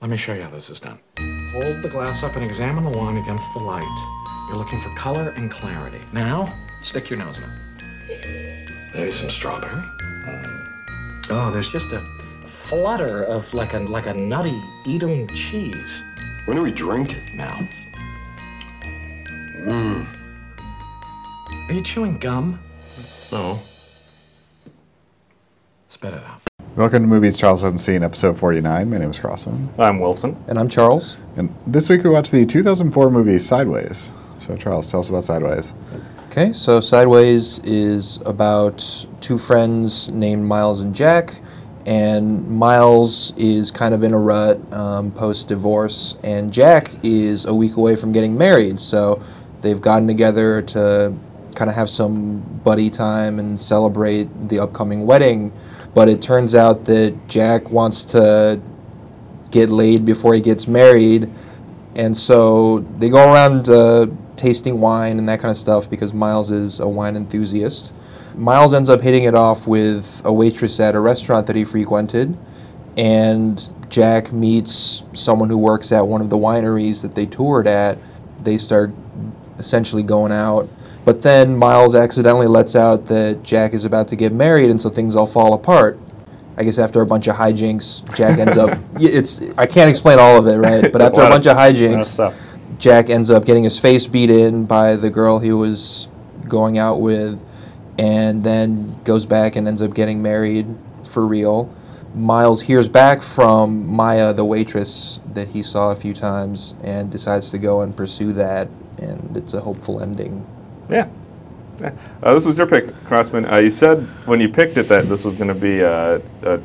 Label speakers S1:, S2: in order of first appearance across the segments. S1: Let me show you how this is done. Hold the glass up and examine the wine against the light. You're looking for color and clarity. Now, stick your nose in it. There's some strawberry. Oh, there's just a flutter of like a like a nutty Edam cheese.
S2: When do we drink it?
S1: Now. Are you chewing gum?
S2: No.
S1: Spit it out.
S3: Welcome to Movies Charles Hasn't Seen, episode 49. My name is Crossman.
S4: I'm Wilson.
S5: And I'm Charles.
S3: And this week we watched the 2004 movie Sideways. So, Charles, tell us about Sideways.
S5: Okay, so Sideways is about two friends named Miles and Jack, and Miles is kind of in a rut um, post divorce, and Jack is a week away from getting married, so they've gotten together to kind of have some buddy time and celebrate the upcoming wedding. But it turns out that Jack wants to get laid before he gets married. And so they go around uh, tasting wine and that kind of stuff because Miles is a wine enthusiast. Miles ends up hitting it off with a waitress at a restaurant that he frequented, and Jack meets someone who works at one of the wineries that they toured at. They start essentially going out. But then Miles accidentally lets out that Jack is about to get married, and so things all fall apart. I guess after a bunch of hijinks, Jack ends up. y- It's I can't explain all of it, right? But
S4: There's
S5: after a
S4: lot
S5: bunch of
S4: That's
S5: hijinks,
S4: stuff.
S5: Jack ends up getting his face beat in by the girl he was going out with, and then goes back and ends up getting married for real. Miles hears back from Maya, the waitress that he saw a few times, and decides to go and pursue that, and it's a hopeful ending.
S4: Yeah. Yeah. Uh, this was your pick, Crossman. Uh, you said when you picked it that this was going to be a, a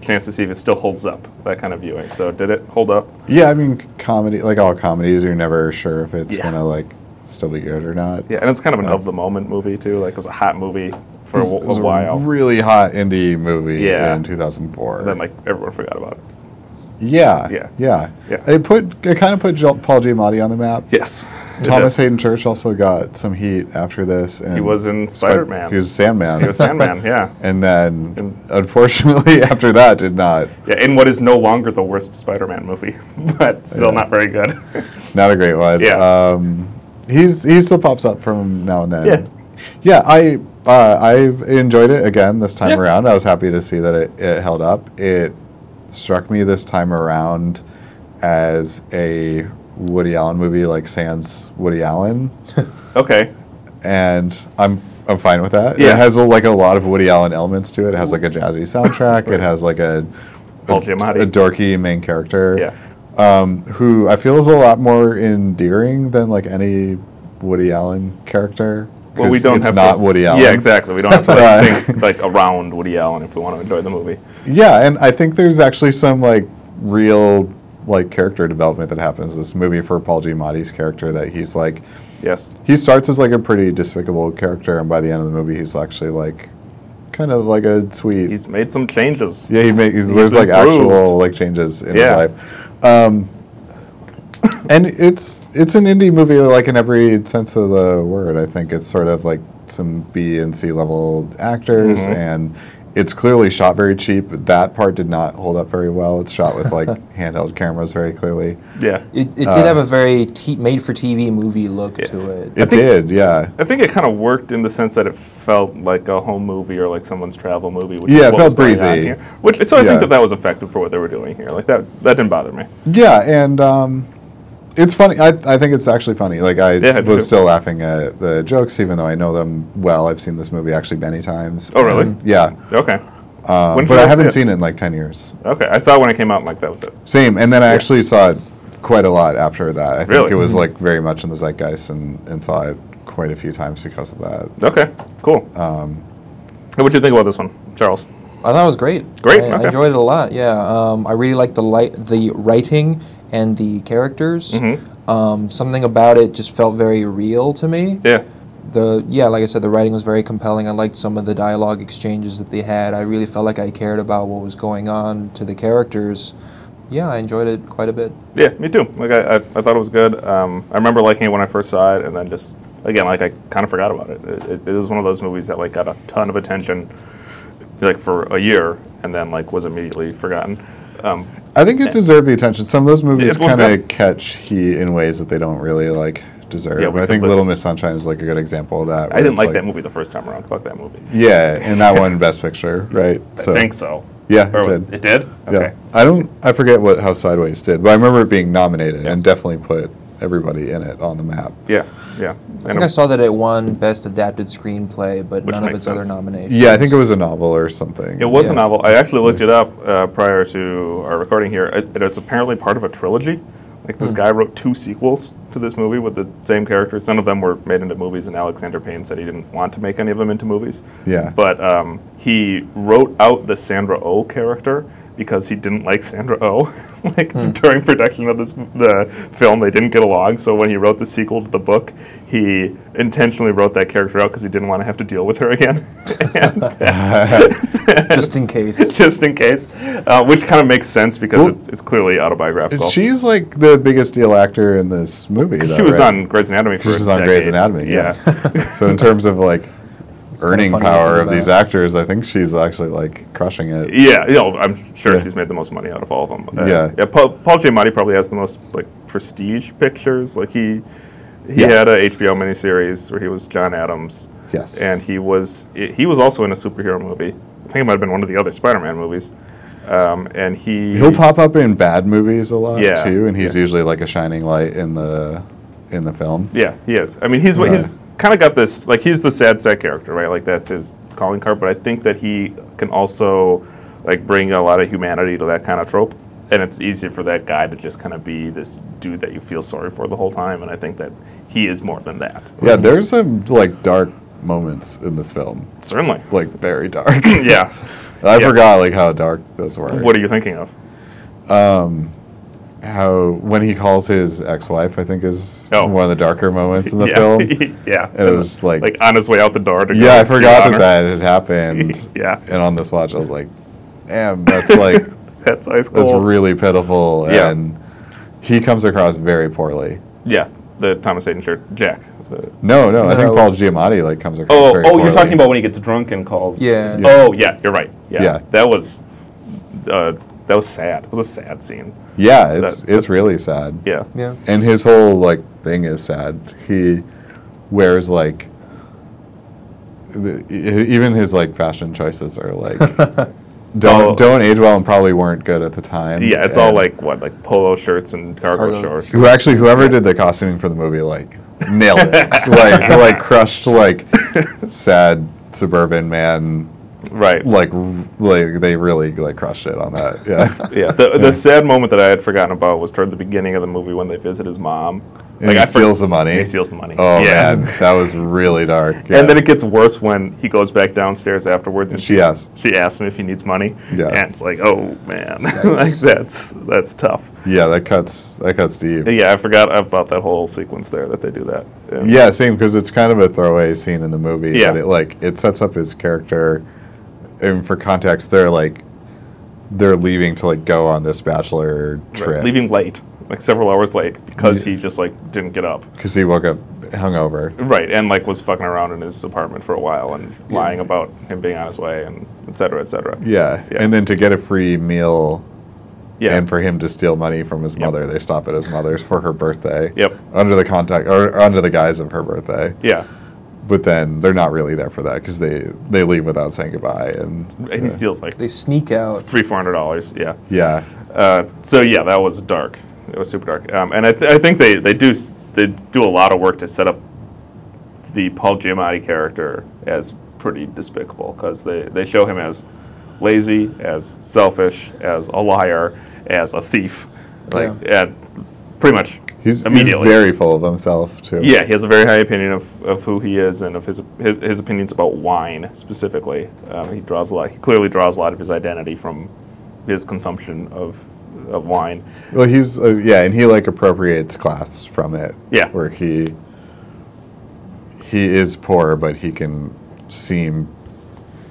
S4: chance to see if it still holds up, that kind of viewing. So did it hold up?
S3: Yeah, I mean, comedy, like all comedies, you're never sure if it's
S4: Yeah.
S3: going to, like, still be good or not.
S4: Yeah, and it's kind of an of the moment movie, too. Like, it was a hot movie for a,
S3: It
S4: wh-
S3: was
S4: a while.
S3: really hot indie movie
S4: Yeah.
S3: in 2004.
S4: then, like, everyone forgot about it.
S3: yeah,
S4: Yeah.
S3: yeah,
S4: Yeah.
S3: It put it kind of put Jo- Paul Giamatti on the map.
S4: Yes. It
S3: Thomas
S4: did.
S3: Hayden Church also got some heat after this. And
S4: He was in
S3: Spid-
S4: Spider Man.
S3: He was Sandman.
S4: He was Sandman, yeah.
S3: and then,
S4: And-
S3: unfortunately, after that, did not.
S4: Yeah, in what is no longer the worst Spider Man movie, but still not very good.
S3: Not a great one.
S4: Yeah.
S3: Um, he's he still pops up from now and then.
S4: Yeah.
S3: Yeah, I uh, I've enjoyed it again this time
S4: Yeah.
S3: around. I was happy to see that it, it held up. It struck me this time around as a Woody Allen movie, like Sans Woody Allen.
S4: okay.
S3: and I'm I'm fine with that. It
S4: Yeah.
S3: has a, like a lot of Woody Allen elements to it. It has like a jazzy soundtrack. It has like a
S4: Paul
S3: a,
S4: Giamatti.
S3: a dorky main character.
S4: Yeah.
S3: Um, who I feel is a lot more endearing than like any Woody Allen character.
S4: Well, we
S3: 'cause
S4: don't
S3: it's
S4: have
S3: not
S4: to,
S3: Woody Allen.
S4: Yeah, exactly. We don't have to
S3: But-
S4: like, think like around Woody Allen if we want to enjoy the movie.
S3: Yeah, and I think there's actually some like real like character development that happens in this movie for Paul Giamatti's character that he's like
S4: Yes.
S3: he starts as like a pretty despicable character, and by the end of the movie, he's actually like kind of like a sweet.
S4: He's made some changes.
S3: yeah, he makes there's like
S4: improved.
S3: actual like changes in
S4: Yeah.
S3: his life. Um, and it's it's an indie movie like in every sense of the word. I think it's sort of like some B and C level actors
S4: Mhm.
S3: and. It's clearly shot very cheap. That part did not hold up very well. It's shot with like handheld cameras very clearly.
S4: Yeah.
S5: It, it did
S3: Uh,
S5: have a very t- made-for-TV movie look
S4: Yeah.
S5: to it.
S3: It
S4: think-
S3: did, yeah.
S4: I think it kind of worked in the sense that it felt like a home movie or like someone's travel movie. Which
S3: Yeah,
S4: is
S3: it
S4: what
S3: felt
S4: was going on
S3: breezy.
S4: here. Which, so I
S3: Yeah.
S4: think that that was effective for what they were doing here. Like that, that didn't bother me.
S3: Yeah, and um, it's funny. I, I think it's actually funny. Like I
S4: Yeah, I do too.
S3: was still laughing at the jokes, even though I know them well. I've seen this movie actually many times.
S4: Oh, really?
S3: And- yeah,
S4: Okay.
S3: um,
S4: When
S3: but
S4: did
S3: I
S4: I see
S3: haven't
S4: it?
S3: seen it in like ten years.
S4: Okay. I saw it when it came out. and Like that was it.
S3: Same, and then I
S4: Yeah.
S3: actually saw it quite a lot after that. I think
S4: Really? Mm-hmm.
S3: it was like very much in the zeitgeist, and, and saw it quite a few times because of that.
S4: Okay. Cool.
S3: Um,
S4: Hey, what do you think about this one, Charles?
S5: I thought it was great.
S4: Great,
S5: I, I
S4: okay.
S5: enjoyed it a lot. Yeah, um, I really liked the light, the writing, and the characters.
S4: Mhm.
S5: Um, something about it just felt very real to me.
S4: Yeah.
S5: The yeah, like I said, the writing was very compelling. I liked some of the dialogue exchanges that they had. I really felt like I cared about what was going on to the characters. Yeah, I enjoyed it quite a bit.
S4: Yeah, me too. Like I, I, I thought it was good. Um, I remember liking it when I first saw it, and then just again, like I kind of forgot about it. It, it. it was one of those movies that like got a ton of attention, like for a year, and then like was immediately forgotten. Um,
S3: I think it deserved the attention. Some of those movies
S4: It was
S3: kind of
S4: good.
S3: catch heat in ways that they don't really like deserve.
S4: Yeah, we
S3: I
S4: could
S3: think
S4: list-
S3: Little Miss Sunshine is like a good example of that.
S4: I
S3: where
S4: didn't
S3: it's
S4: like, that movie the first time around. Fuck that movie.
S3: Yeah, and that won Best Picture, right? So
S4: I think so.
S3: Yeah,
S4: Or
S3: it
S4: was-
S3: did.
S4: It did?
S3: Yeah,
S4: Uh, Okay.
S3: I don't. I forget what how Sideways did, but I remember it being nominated
S4: Yeah.
S3: and definitely put everybody in it on the map.
S4: Yeah, yeah.
S5: I think I saw that it won Best Adapted Screenplay, but
S4: Which
S5: none of
S4: makes
S5: its other
S4: sense.
S5: nominations.
S3: Yeah, I think it was a novel or something.
S4: It was
S5: Yeah.
S4: a novel. I actually looked it up uh, prior to our recording here. It, it was apparently part of a trilogy. Like this guy wrote two sequels to this movie with the same characters. None of them were made into movies, and Alexander Payne said he didn't want to make any of them into movies.
S3: Yeah.
S4: But um, he wrote out the Sandra O oh character because he didn't like Sandra O. Oh. like during production of this the film, they didn't get along. So when he wrote the sequel to the book, he intentionally wrote that character out because he didn't want to have to deal with her again. And-
S5: Just in case.
S4: just in case, uh, which kind of makes sense because
S3: Well-
S4: it's, it's clearly
S3: And
S4: autobiographical.
S3: she's like the biggest deal actor in this movie. Though,
S4: she was
S3: right?
S4: on Grey's Anatomy for
S3: She
S4: a
S3: was on
S4: decade.
S3: Grey's Anatomy. Yeah. so in terms of like earning
S5: funny to
S3: power
S5: think
S3: of these
S5: about.
S3: actors, I think she's actually like crushing it.
S4: yeah, you know, I'm sure
S3: Yeah.
S4: she's made the most money out of all of them. Uh,
S3: Yeah.
S4: Paul, Paul Giamatti probably has the most like prestige pictures. Like he he
S3: Yeah.
S4: had a HBO miniseries where he was John Adams.
S3: Yes.
S4: and he was he was also in a superhero movie. I think it might have been one of the other Spider-Man movies. Um, and he
S3: He'll pop up in bad movies a lot
S4: Yeah,
S3: too, and he's usually like a shining light in the in the film.
S4: Yeah, he is. I mean, he's what
S3: Right.
S4: he's kind of got this like he's the sad sack character, right? Like that's his calling card. But I think that he can also like bring a lot of humanity to that kind of trope, and it's easier for that guy to just kind of be this dude that you feel sorry for the whole time. And I think that he is more than that.
S3: Yeah, there's some like dark moments in this film,
S4: Certainly.
S3: like very dark.
S4: yeah.
S3: I
S4: Yeah.
S3: forgot like how dark those were.
S4: What are you thinking of?
S3: How when he calls his ex-wife, I think is
S4: Oh.
S3: one of the darker moments in the
S4: yeah.
S3: film.
S4: yeah.
S3: It was like-
S4: like on his way out the door. To
S3: Yeah, I
S4: go
S3: forgot
S4: honor.
S3: that that had happened.
S4: Yeah.
S3: and on this watch, I was like, "Damn, that's like
S4: That's high school.
S3: that's really pitiful."
S4: Yeah.
S3: And he comes across very poorly.
S4: yeah, the Thomas Hayden shirt, Jack. the-
S3: No, no, I
S5: No.
S3: think Paul Giamatti like comes across.
S4: Oh,
S3: very
S4: oh,
S3: poorly.
S4: you're talking about when he gets drunk and calls.
S5: Yeah. Yeah.
S4: Oh, yeah, you're right. Yeah.
S3: Yeah.
S4: That was, uh, that was sad. It was a sad scene.
S3: Yeah, it's
S4: That-
S3: it's really sad.
S4: Yeah.
S5: Yeah.
S3: And his whole like thing is sad. He wears like the, e- even his like fashion choices are like don't
S4: Oh.
S3: don't age well and probably weren't good at the time.
S4: Yeah. It's all
S3: And
S4: like what, like polo shirts and cargo,
S5: Cargo
S4: shorts.
S3: who actually whoever did the costuming for the movie like nailed it. like like crushed like sad suburban man
S4: Right.
S3: like r- like they really like crushed it on that. Yeah.
S4: Yeah. The, the sad moment that I had forgotten about was toward the beginning of the movie when they visit his mom.
S3: And he
S4: I for-
S3: steals the money.
S4: and He steals the money.
S3: Oh
S4: yeah.
S3: man, that was really dark.
S4: And then it gets worse when he goes back downstairs afterwards and
S3: she asks.
S4: she asks him if he needs money.
S3: Yeah.
S4: And it's like, oh man, like that's that's tough.
S3: Yeah, that cuts that cuts deep.
S4: Yeah, I forgot about that whole sequence there that they do that. And-
S3: Yeah, same because it's kind of a throwaway scene in the movie.
S4: Yeah.
S3: but it like it sets up his character, and for context, they're like they're leaving to like go on this bachelor
S4: Right,
S3: trip
S4: leaving late, like several hours late, because he just like didn't get up.
S3: because he woke up hungover.
S4: Right, and like was fucking around in his apartment for a while and lying about him being on his way and et cetera, et cetera.
S3: Yeah.
S4: Yeah.
S3: and then to get a free meal
S4: Yeah.
S3: and for him to steal money from his mother, they stop at his mother's for her birthday.
S4: Yep.
S3: under the contact or under the guise of her birthday.
S4: yeah.
S3: But then they're not really there for that because they they leave without saying goodbye and
S4: And he steals like
S5: They sneak out.
S4: three, four hundred dollars. Yeah.
S3: yeah.
S4: Uh, so yeah, that was dark. It was super dark. Um, and I, th- I think they, they do s- they do a lot of work to set up the Paul Giamatti character as pretty despicable because they, they show him as lazy, as selfish, as a liar, as a thief, like and pretty much
S3: He's, he's
S4: immediately.
S3: very full of himself too.
S4: yeah, he has a very high opinion of, of who he is and of his, his his opinions about wine specifically. Um, he draws a lot. He clearly draws a lot of his identity from his consumption of of wine.
S3: Well, he's uh, yeah, and he like appropriates class from it.
S4: Yeah.
S3: where he he is poor, but he can seem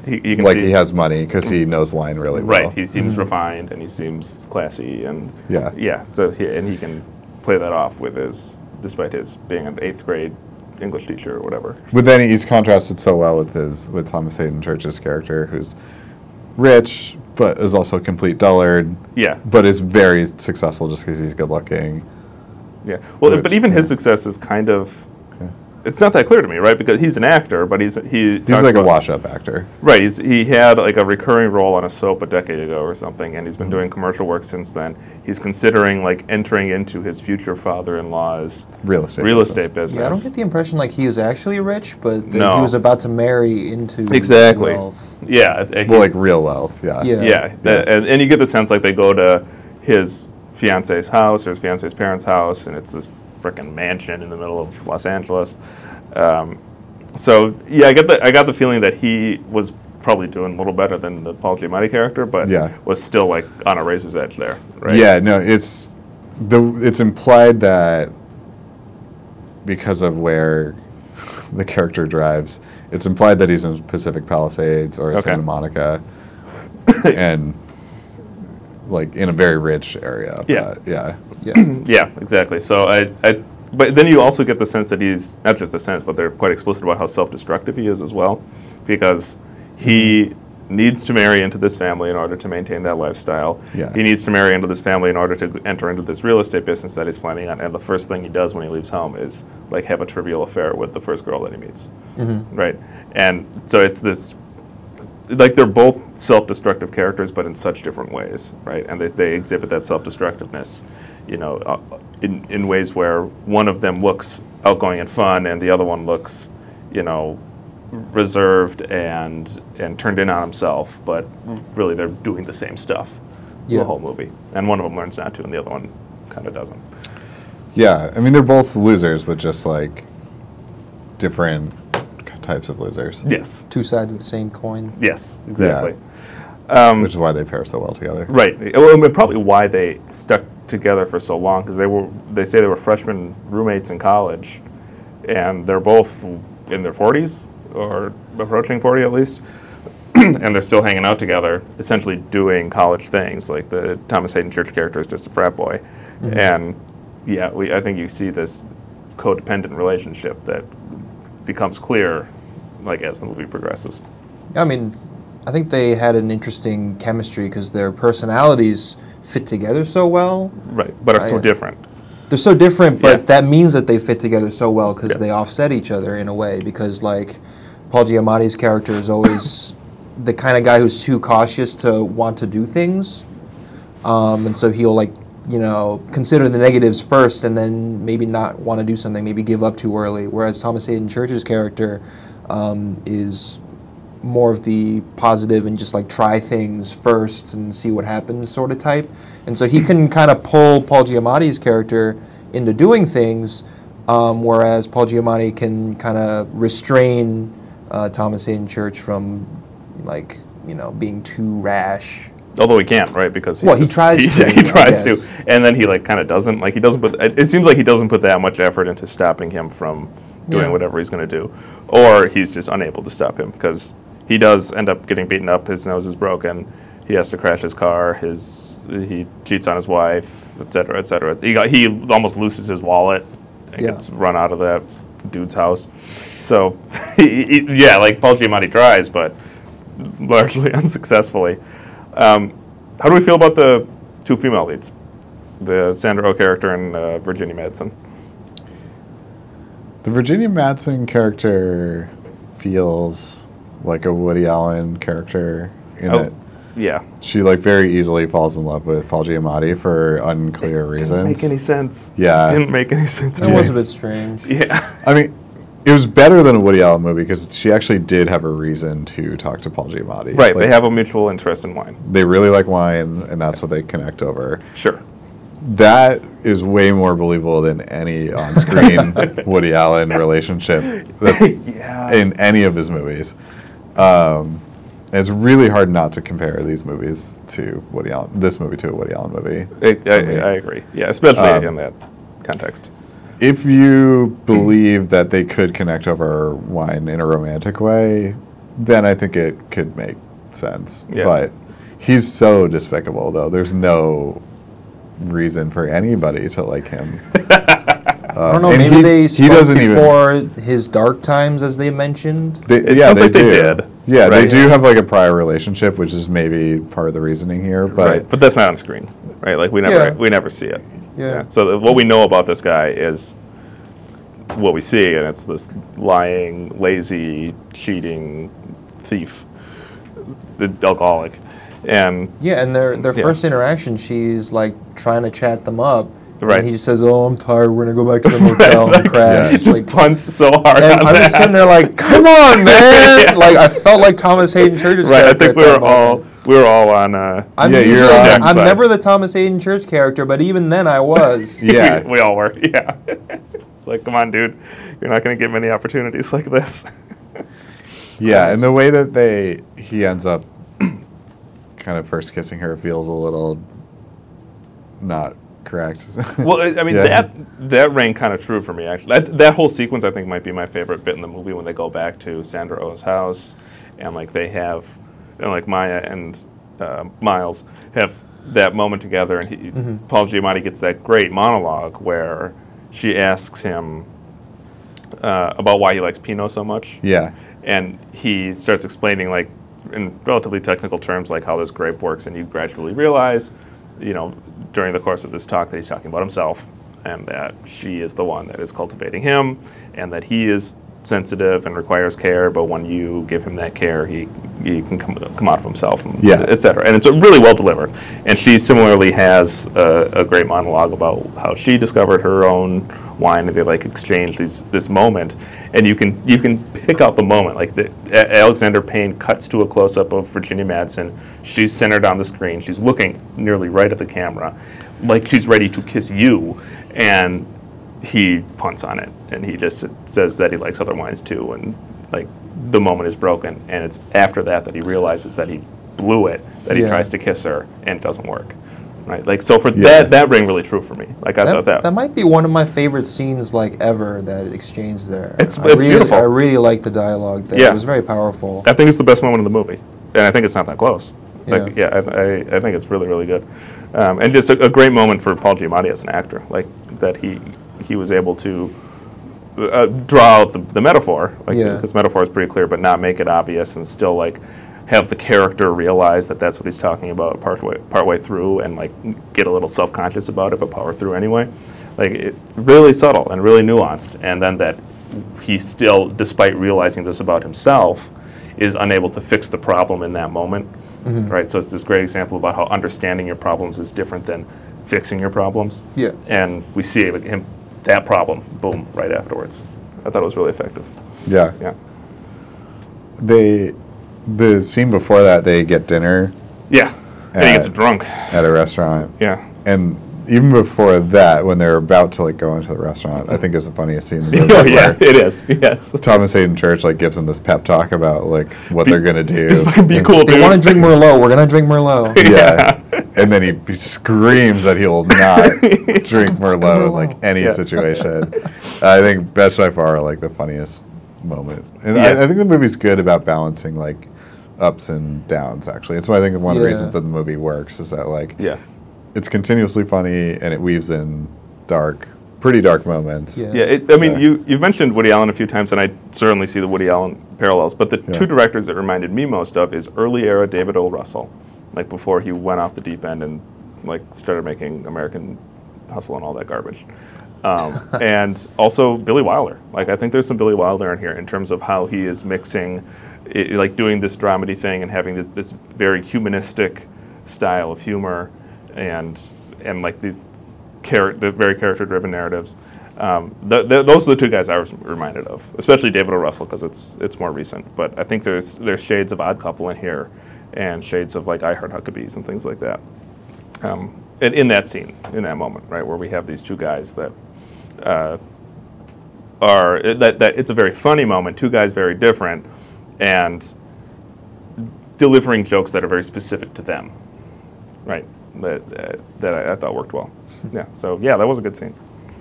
S4: He, you can
S3: like
S4: see,
S3: he has money because he knows wine really well. Mm-hmm.
S4: right. He seems refined and he seems classy and
S3: Yeah.
S4: yeah. So he, and he can play that off with his despite his being an eighth grade English teacher or whatever.
S3: But then he's contrasted so well with his with Thomas Hayden Church's character, who's rich, but is also a complete dullard,
S4: Yeah,
S3: but is very successful just because he's good looking.
S4: yeah. Well,
S3: Which,
S4: but even his
S3: yeah.
S4: success is kind of.
S3: Yeah.
S4: It's not that clear to me, right? Because he's an actor, but he's he.
S3: He's like a wash up actor.
S4: Right. He's, he had like a recurring role on a soap a decade ago or something, and he's been doing commercial work since then. He's considering like entering into his future father-in-law's
S3: Real estate.
S4: real
S3: business.
S4: estate business.
S5: Yeah, I don't get the impression like he was actually rich, but that
S4: No.
S5: he was about to marry into
S4: Exactly.
S5: wealth.
S4: Yeah, I- I-
S3: Well, like real wealth, yeah.
S5: Yeah.
S4: yeah, that- and, and you get the sense like they go to his fiance's house or his fiance's parents' house, and it's this frickin' mansion in the middle of Los Angeles. Um, so yeah, I get the I got the feeling that he was probably doing a little better than the Paul Giamatti character, but
S3: Yeah.
S4: was still like on a razor's edge there, right?
S3: Yeah, no, it's the it's implied that because of where the character drives, it's implied that he's in Pacific Palisades or
S4: Okay.
S3: Santa Monica, and like in a very rich area.
S4: Yeah.
S3: but yeah,
S5: Yeah.
S4: Yeah, exactly. So I, I, but then you also get the sense that he's not just the sense, but they're quite explicit about how self-destructive he is as well, because he needs to marry into this family in order to maintain that lifestyle.
S3: Yeah.
S4: He needs to marry into this family in order to enter into this real estate business that he's planning on. And the first thing he does when he leaves home is like have a trivial affair with the first girl that he meets. Right. And so it's this like they're both self-destructive characters, but in such different ways, right? And they, they exhibit that self-destructiveness, you know, uh, in in ways where one of them looks outgoing and fun, and the other one looks, you know, reserved and and turned in on himself. But really, they're doing the same stuff
S5: Yeah.
S4: the whole movie, and one of them learns not to, and the other one kind of doesn't.
S3: yeah. I mean, they're both losers, but just like different types of losers,
S4: Yes,
S5: Two sides of the same coin.
S4: yes, exactly. Um,
S3: which is why they pair so well together.
S4: Right. Uh, Well, I mean, probably why they stuck together for so long because they were they say they were freshman roommates in college, and they're both in their forties or approaching forty at least, and they're still hanging out together, essentially doing college things. Like the Thomas Hayden Church character is just a frat boy, and yeah, we I think you see this codependent relationship that becomes clear, like as the movie progresses.
S5: I mean, I think they had an interesting chemistry because their personalities fit together so well.
S4: Right. But are so
S5: Right.
S4: different.
S5: They're so different, but
S4: Yeah.
S5: that means that they fit together so well because
S4: Yeah.
S5: they offset each other in a way. Because like Paul Giamatti's character is always the kind of guy who's too cautious to want to do things, um, and so he'll like you know consider the negatives first and then maybe not want to do something, maybe give up too early. Whereas Thomas Hayden Church's character um, is more of the positive and just like try things first and see what happens sort of type. And so he can kind of pull Paul Giamatti's character into doing things, um, whereas Paul Giamatti can kind of restrain uh, Thomas Hayden Church from like, you know, being too rash.
S4: Although he can't, right? Because
S5: Well, he
S4: just-
S5: tries
S4: He,
S5: to,
S4: he
S5: I
S4: tries
S5: guess.
S4: to, and then he like kind of doesn't. Like he doesn't put. It, it seems like he doesn't put that much effort into stopping him from doing
S5: Yeah.
S4: whatever he's going to do, or he's just unable to stop him because he does end up getting beaten up. His nose is broken. He has to crash his car. His he cheats on his wife, et cetera, et cetera. He got, he almost loses his wallet and
S5: Yeah.
S4: gets run out of that dude's house. So, he, he- yeah, like Paul Giamatti tries, but largely unsuccessfully. Um, how do we feel about the two female leads, the Sandra O character and uh, Virginia Madsen?
S3: The Virginia Madsen character feels like a Woody Allen character in
S4: Oh.
S3: it.
S4: Yeah,
S3: She like very easily falls in love with Paul Giamatti for unclear reasons.
S4: make any sense?
S3: Yeah.
S4: didn't make any sense.
S5: That
S4: to me.
S5: was a bit strange.
S4: Yeah,
S3: I mean, it was better than a Woody Allen movie because she actually did have a reason to talk to Paul Giamatti.
S4: right.
S3: Like,
S4: they have a mutual interest in wine.
S3: They really like wine, and that's what they connect over.
S4: Sure.
S3: That is way more believable than any on-screen Woody Allen relationship. That's
S4: Yeah.
S3: in any of his movies. Um, it's really hard not to compare these movies to Woody Allen, this movie to a Woody Allen movie.
S4: I, I,
S3: for me.
S4: I agree. Yeah, especially
S3: Um,
S4: in that context.
S3: If you believe that they could connect over wine in a romantic way, then I think it could make sense.
S4: Yeah.
S3: But he's so despicable, though. There's no reason for anybody to like him.
S5: I don't know,
S3: and
S5: maybe
S3: he-
S5: they
S3: he
S5: spoke
S3: doesn't even-
S5: before his dark times as they mentioned.
S3: They,
S4: It
S3: yeah,
S4: sounds
S3: they
S4: like
S3: do.
S4: they did.
S3: Yeah, they
S4: Right.
S3: do have like a prior relationship, which is maybe part of the reasoning here, but
S4: right. But that's not on screen, right? Like we never
S5: Yeah.
S4: we never see it.
S5: Yeah.
S4: So th- what we know about this guy is what we see, and it's this lying, lazy, cheating thief, the alcoholic, and
S5: Yeah, and their their
S4: Yeah.
S5: first interaction, she's like trying to chat them up.
S4: Right.
S5: And he just says, "Oh, I'm tired. We're gonna go back to the motel and crash."
S4: He just
S5: Like,
S4: punts so hard.
S5: and
S4: on
S5: I was
S4: that.
S5: sitting there like, "Come on, man!"
S4: Yeah.
S5: Like I felt like Thomas Hayden Church's
S4: Right. I
S5: character
S4: think
S5: at
S4: we
S5: that
S4: were all
S5: moment.
S4: we were all on. Uh,
S5: I'm
S3: Yeah, you're
S5: usually-
S3: on
S5: I'm
S4: Jack's side.
S5: never the Thomas Hayden Church character, but even then I was.
S3: yeah.
S4: we, we all were. Yeah. it's like, come on, dude. You're not gonna get many opportunities like this.
S3: Yeah, and the way that they he ends up kind of first kissing her feels a little not correct.
S4: Well, I I mean
S3: Yeah.
S4: that that rang kind of true for me actually. That, that whole sequence I think might be my favorite bit in the movie when they go back to Sandra O's house, and like they have, and like Maya and uh, Miles have that moment together, and he,
S3: Mm-hmm.
S4: Paul Giamatti gets that great monologue where she asks him uh, about why he likes Pinot so much
S3: yeah.
S4: and he starts explaining like in relatively technical terms like how this grape works and you gradually realize you know during the course of this talk that he's talking about himself and that she is the one that is cultivating him and that he is sensitive and requires care but when you give him that care he he can come, come out of himself and
S3: Yeah.
S4: et cetera. and it's really well delivered and she similarly has a, a great monologue about how she discovered her own wine and they like exchange these this moment and you can you can pick out the moment like the, A- Alexander Payne cuts to a close up of Virginia Madsen she's centered on the screen she's looking nearly right at the camera like she's ready to kiss you and he punts on it and he just says that he likes other wines too and like the moment is broken and it's after that that he realizes that he blew it that he
S5: Yeah.
S4: tries to kiss her and it doesn't work right like so for
S3: Yeah.
S4: that that rang really true for me like i
S5: That,
S4: thought that,
S5: that might be one of my favorite scenes, like ever, that exchange there.
S4: It's-
S5: I
S4: it's
S5: really,
S4: beautiful.
S5: I really liked the dialogue there.
S4: Yeah.
S5: It was very powerful.
S4: i think it's the best moment in the movie and i think it's not that close like
S5: Yeah.
S4: yeah, I, I, I think it's really really good um, and just a, a great moment for paul giamatti as an actor like that he he was able to uh, draw out the, the metaphor, like
S5: Yeah.
S4: because metaphor is pretty clear, but not make it obvious and still like have the character realize that that's what he's talking about partway partway through and like get a little self conscious about it, but power through anyway. Like it really subtle and really nuanced, and then that he still, despite realizing this about himself, is unable to fix the problem in that moment. Right, so it's this great example about how understanding your problems is different than fixing your problems
S5: Yeah.
S4: and we see it, him that problem boom right afterwards i thought it was really effective
S3: Yeah.
S4: yeah
S3: They the scene before that they get dinner
S4: yeah and he gets
S3: Uh,
S4: drunk
S3: at a restaurant.
S4: yeah
S3: And even before that, when they're about to like go into the restaurant, I think is the funniest scene in the movie
S4: oh yeah
S3: where
S4: it is yes
S3: Thomas Hayden Church like gives him this pep talk about like what they're gonna do.
S4: it's fucking be
S3: and-
S4: cool
S5: They
S4: dude.
S5: want to drink Merlot. We're gonna drink Merlot.
S3: Yeah. and then he, he screams that he will not drink Merlot in like any
S4: Yeah.
S3: situation. I think that's by far like the funniest moment. And
S4: Yeah.
S3: I, I think the movie's good about balancing like ups and downs actually. It's why I think one of the
S5: Yeah.
S3: reasons that the movie works is that like
S4: yeah
S3: it's continuously funny and it weaves in dark, pretty dark moments.
S5: Yeah.
S4: yeah it, i mean
S3: Yeah.
S4: you you've mentioned woody allen a few times and i certainly see the woody allen parallels but the
S3: Yeah.
S4: two directors that reminded me most of is early era david o russell like before he went off the deep end and like started making american hustle and all that garbage um, and also Billy Wilder. Like I think there's some Billy Wilder in here in terms of how he is mixing, i like doing this dramedy thing and having this, this very humanistic style of humor, and and like these character, very character-driven narratives. Um, th- th- those are the two guys I was reminded of, especially David O. Russell because it's it's more recent. But I think there's there's shades of Odd Couple in here, and shades of like I Heart Huckabees and things like that um, in, in that scene, in that moment, right, where we have these two guys that uh, are that, that it's a very funny moment. Two guys very different, and delivering jokes that are very specific to them, right? That uh, that I, I thought worked well. yeah. So yeah, that was a good scene.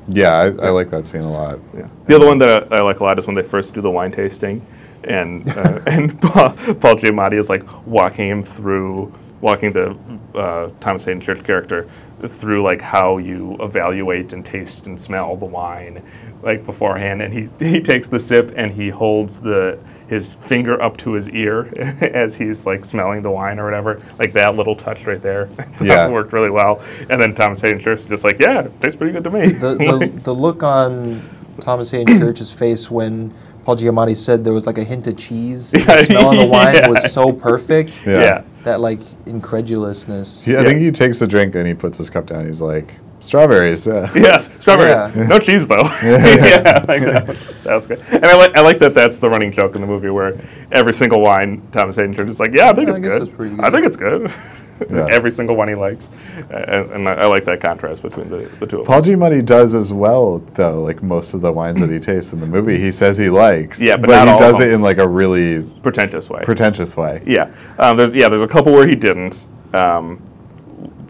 S3: Yeah, I, I like that scene a lot.
S4: Yeah. The other one that I, I like a lot is when they first do the wine tasting, and uh, and Paul, Paul Giamatti is like walking him through, walking the uh, Thomas Hayden Church character through like how you evaluate and taste and smell the wine like beforehand and he, he takes the sip and he holds the his finger up to his ear as he's like smelling the wine or whatever like that little touch right there
S3: Yeah.
S4: that worked really well and then thomas hayden Church is just like yeah it tastes pretty good to me
S5: the, the, the look on Thomas Hayden Church's face when Paul Giamatti said there was like a hint of cheese in the smell on the wine
S4: Yeah.
S5: was so perfect.
S3: Yeah.
S4: yeah
S5: That like incredulousness.
S3: Yeah, I
S4: Yeah.
S3: think he takes the drink and he puts his cup down. He's like, strawberries. Yeah.
S4: Yes, strawberries.
S5: Yeah.
S4: No cheese though. Yeah, like that, was, that was good. And I like I like that that's the running joke in the movie where every single wine Thomas Hayden Church is like, yeah, I think
S5: Yeah, I
S4: it's
S5: guess
S4: good.
S5: that's pretty
S4: I
S5: good."
S4: think it's good.
S3: Yeah.
S4: every single one he likes, Uh, and, and I, I like that contrast between the, the two. of them.
S3: Paul Giamatti does as well, though. Like most of the wines that he tastes in the movie, he says he likes.
S4: Yeah, but not
S3: he
S4: all of
S3: does
S4: them.
S3: it in like a really
S4: Pretentious way.
S3: pretentious way.
S4: yeah, um, there's yeah, there's a couple where he didn't. Um,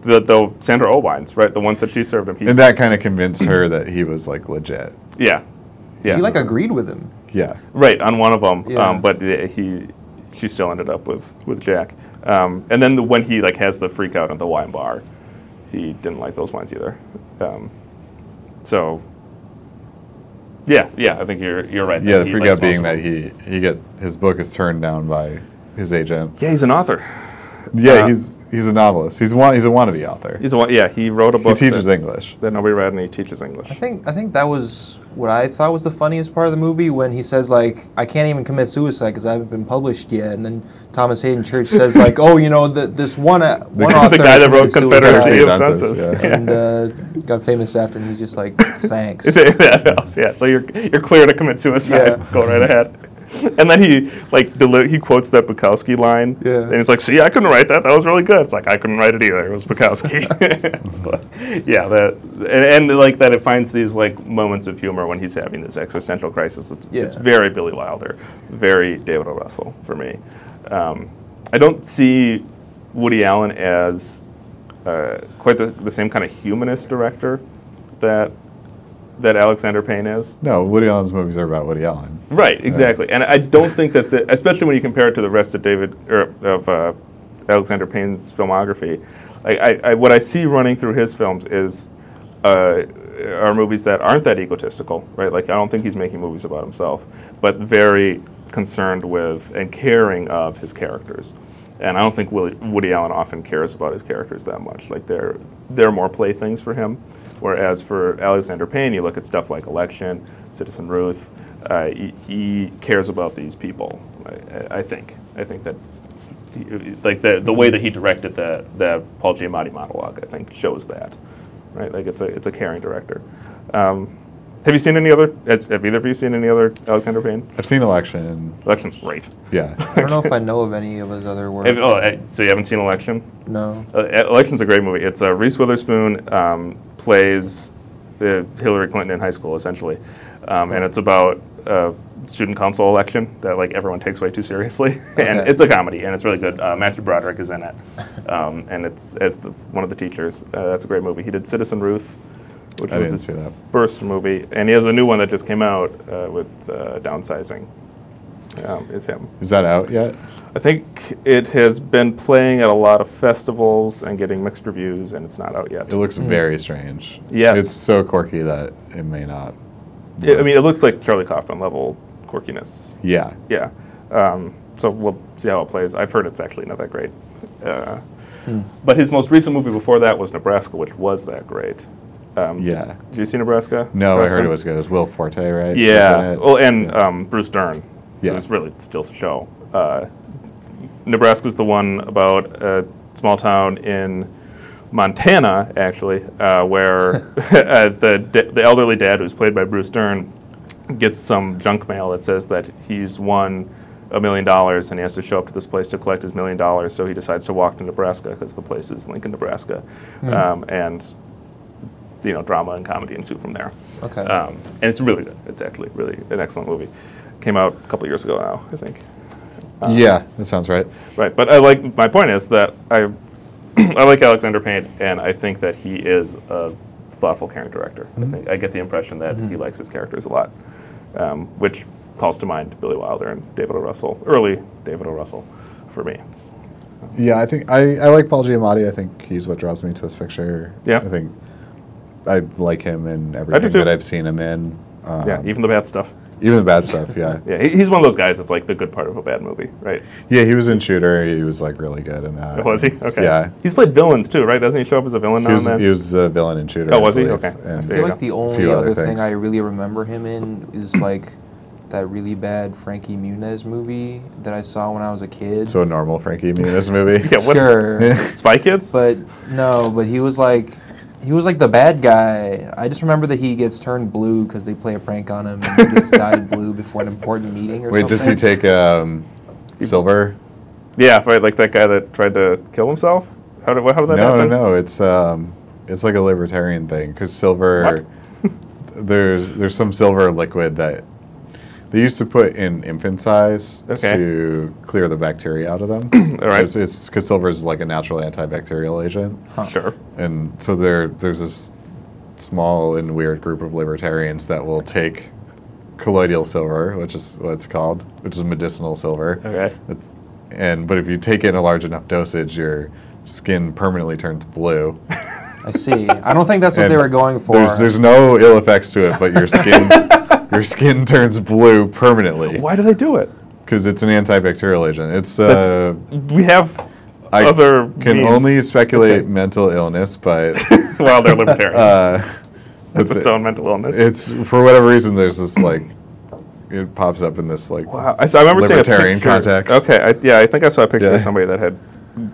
S4: the, the Sandra Oh wines, right? The ones that she served him. He,
S3: And that kind of convinced her that he was like legit.
S4: yeah, yeah.
S5: She like agreed with him.
S3: Yeah.
S4: Right on one of them,
S5: Yeah.
S4: um, but uh, he she still ended up with with Jack. Um, and then the, when he like has the freak out at the wine bar, he didn't like those wines either. Um, so yeah, yeah, I think you're you're right.
S3: Yeah,
S4: that
S3: the
S4: he
S3: freak
S4: likes
S3: out being
S4: most
S3: that
S4: of them.
S3: he he get his book is turned down by his agent.
S4: yeah he's an author.
S3: Yeah,
S4: Uh,
S3: he's he's a novelist. He's one he's a wannabe author.
S4: He's a wa- yeah he wrote a
S3: He
S4: book
S3: teaches
S4: that,
S3: English.
S4: that nobody read and he teaches English.
S5: I think I think that was what I thought was the funniest part of the movie when he says like I can't even commit suicide because I haven't been published yet, and then Thomas Hayden Church says like Oh, you know the, this one uh, one
S4: the
S5: author
S4: guy that wrote
S5: committed suicide
S4: Confederacy of
S3: Suicide.
S4: Dunces.
S3: Yeah.
S5: and uh, got famous after, and he's just like thanks.
S4: yeah, that helps, yeah, so you're you're clear to commit suicide.
S5: Yeah.
S4: Go right ahead. And then he like deli- he quotes that Bukowski line.
S5: Yeah.
S4: And he's like, "See, I couldn't write that. That was really good." It's like I couldn't write it either. It was Bukowski. It's like- yeah, that and, and like that it finds these like moments of humor when he's having this existential crisis. It's, it's
S5: Yeah.
S4: very Billy Wilder, very David O. Russell for me. Um, I don't see Woody Allen as uh, quite the, the same kind of humanist director that that Alexander Payne is.
S3: No, Woody Allen's movies are about Woody Allen.
S4: Right, exactly. And I don't think that, the, especially when you compare it to the rest of David or of uh, Alexander Payne's filmography, I, I, I, what I see running through his films is uh, are movies that aren't that egotistical, right? Like I don't think he's making movies about himself, but very concerned with and caring of his characters. And I don't think Willi- Woody Allen often cares about his characters that much. Like they're they're more playthings for him. Whereas for Alexander Payne, you look at stuff like Election, Citizen Ruth, uh, he, he cares about these people. I- I, I think. I think that he- like the the way that he directed the the Paul Giamatti monologue, I think shows that, right? Like it's a it's a caring director. Um, have you seen any other? Has, have either of you seen any other Alexander Payne?
S3: I've seen Election.
S4: Election's great.
S3: Yeah.
S5: I don't know if I know of any of his other work.
S4: Have- oh, eh, so you haven't seen Election?
S5: No.
S4: Uh, Election's a great movie. It's uh, Reese Witherspoon um, plays uh, Hillary Clinton in high school, essentially, um, and it's about a student council election that like everyone takes way too seriously. and
S5: Okay.
S4: it's a comedy, and it's really good. Uh, Matthew Broderick is in it, um, and it's as the, one of the teachers. Uh, that's a great movie. He did Citizen Ruth, which
S3: I
S4: was
S3: didn't
S4: his
S3: see that.
S4: first movie, and he has a new one that just came out uh, with uh, Downsizing. Um, is him.
S3: Is that out yet?
S4: I think it has been playing at a lot of festivals and getting mixed reviews, and it's not out yet.
S3: It looks very strange.
S4: Hmm. Yes.
S3: It's so quirky that it may not.
S4: I mean, it looks like Charlie Kaufman level quirkiness.
S3: Yeah.
S4: Yeah. Um, so we'll see how it plays. I've heard it's actually not that great. Uh,
S3: Hmm.
S4: But his most recent movie before that was Nebraska, which was that great. Um,
S3: Yeah.
S4: Did you see Nebraska?
S3: No, I
S4: Nebraska?
S3: heard it was good. It was Will Forte, right? Wasn't
S4: Yeah.
S3: it?
S4: Well, and
S3: Yeah.
S4: um, Bruce Dern.
S3: Yeah.
S4: It was really still a show. Uh, Nebraska's the one about a small town in Montana, actually, uh, where uh, the, da- the elderly dad, who's played by Bruce Dern, gets some junk mail that says that he's won a million dollars and he has to show up to this place to collect his million dollars. So he decides to walk to Nebraska because the place is Lincoln, Nebraska.
S3: Hmm.
S4: Um, and, you know, drama and comedy ensue from there.
S5: Okay.
S4: Um, and it's really good. It's actually really an excellent movie. Came out a couple years ago now, I think. Um,
S3: yeah, that sounds right.
S4: Right, but I like my point is that I, I like Alexander Payne, and I think that he is a thoughtful character director.
S3: Mm-hmm.
S4: I think I get the impression that he likes his characters a lot, um, which calls to mind Billy Wilder and David O. Russell, early David O. Russell, for me.
S3: Yeah, I think I, I like Paul Giamatti. I think he's what draws me to this picture.
S4: Yeah.
S3: I think I like him in everything
S4: too.
S3: that I've seen him in. Um,
S4: yeah, even the bad stuff.
S3: even the bad stuff. Yeah,
S4: Yeah, he, he's one of those guys that's like the good part of a bad movie, right?
S3: yeah. He was in Shooter. He was like really good in that.
S4: Was he? Okay.
S3: Yeah.
S4: He's played villains too, right? Doesn't he show up as a villain now
S3: He was,
S4: and
S3: he
S4: then?
S3: was the villain in Shooter.
S4: Oh,
S3: I
S4: was he?
S3: believe,
S4: Okay.
S3: and-
S4: There
S5: I
S4: you
S5: feel like
S4: go.
S5: the only
S3: Few
S5: other
S3: other
S5: thing
S3: things.
S5: I really remember him in is like that really bad Frankie Muniz movie that I saw when I was a kid.
S3: so a normal Frankie Muniz movie.
S4: Yeah, what-
S5: sure,
S4: Spy Kids?
S5: but no, but he was like he was like the bad guy. I just remember that he gets turned blue because they play a prank on him and he gets dyed blue before an important meeting or
S3: Wait,
S5: something.
S3: does he take um, silver?
S4: yeah, right, like that guy that tried to kill himself? How did, how did that
S3: No, no,
S4: happen?
S3: no. It's um, it's like a libertarian thing because silver. there's there's some silver liquid that they used to put in infant size
S4: Okay.
S3: to clear the bacteria out of them.
S4: All right.
S3: So it's because silver is like a natural antibacterial agent,
S4: Sure.
S3: and so there there's this small and weird group of libertarians that will take colloidal silver, which is what it's called, which is medicinal silver.
S4: Okay.
S3: It's and but if you take it in a large enough dosage, your skin permanently turns blue.
S5: I see. I don't think that's what they
S3: And
S5: were going for.
S3: There's there's no ill effects to it, but your skin your skin turns blue permanently
S4: Why do they do it?
S3: because it's an antibacterial agent. It's
S4: That's-
S3: uh,
S4: We have
S3: I
S4: other
S3: can
S4: means
S3: only speculate mental illness, but
S4: while they're libertarians.
S3: uh,
S4: that's
S3: but
S4: its own mental illness.
S3: it's for whatever reason there's this like it pops up in this like
S4: Wow, I, so I remember
S3: libertarian
S4: seeing a picture.
S3: context.
S4: Okay, I, yeah, I think I saw a picture
S3: Yeah.
S4: of somebody that had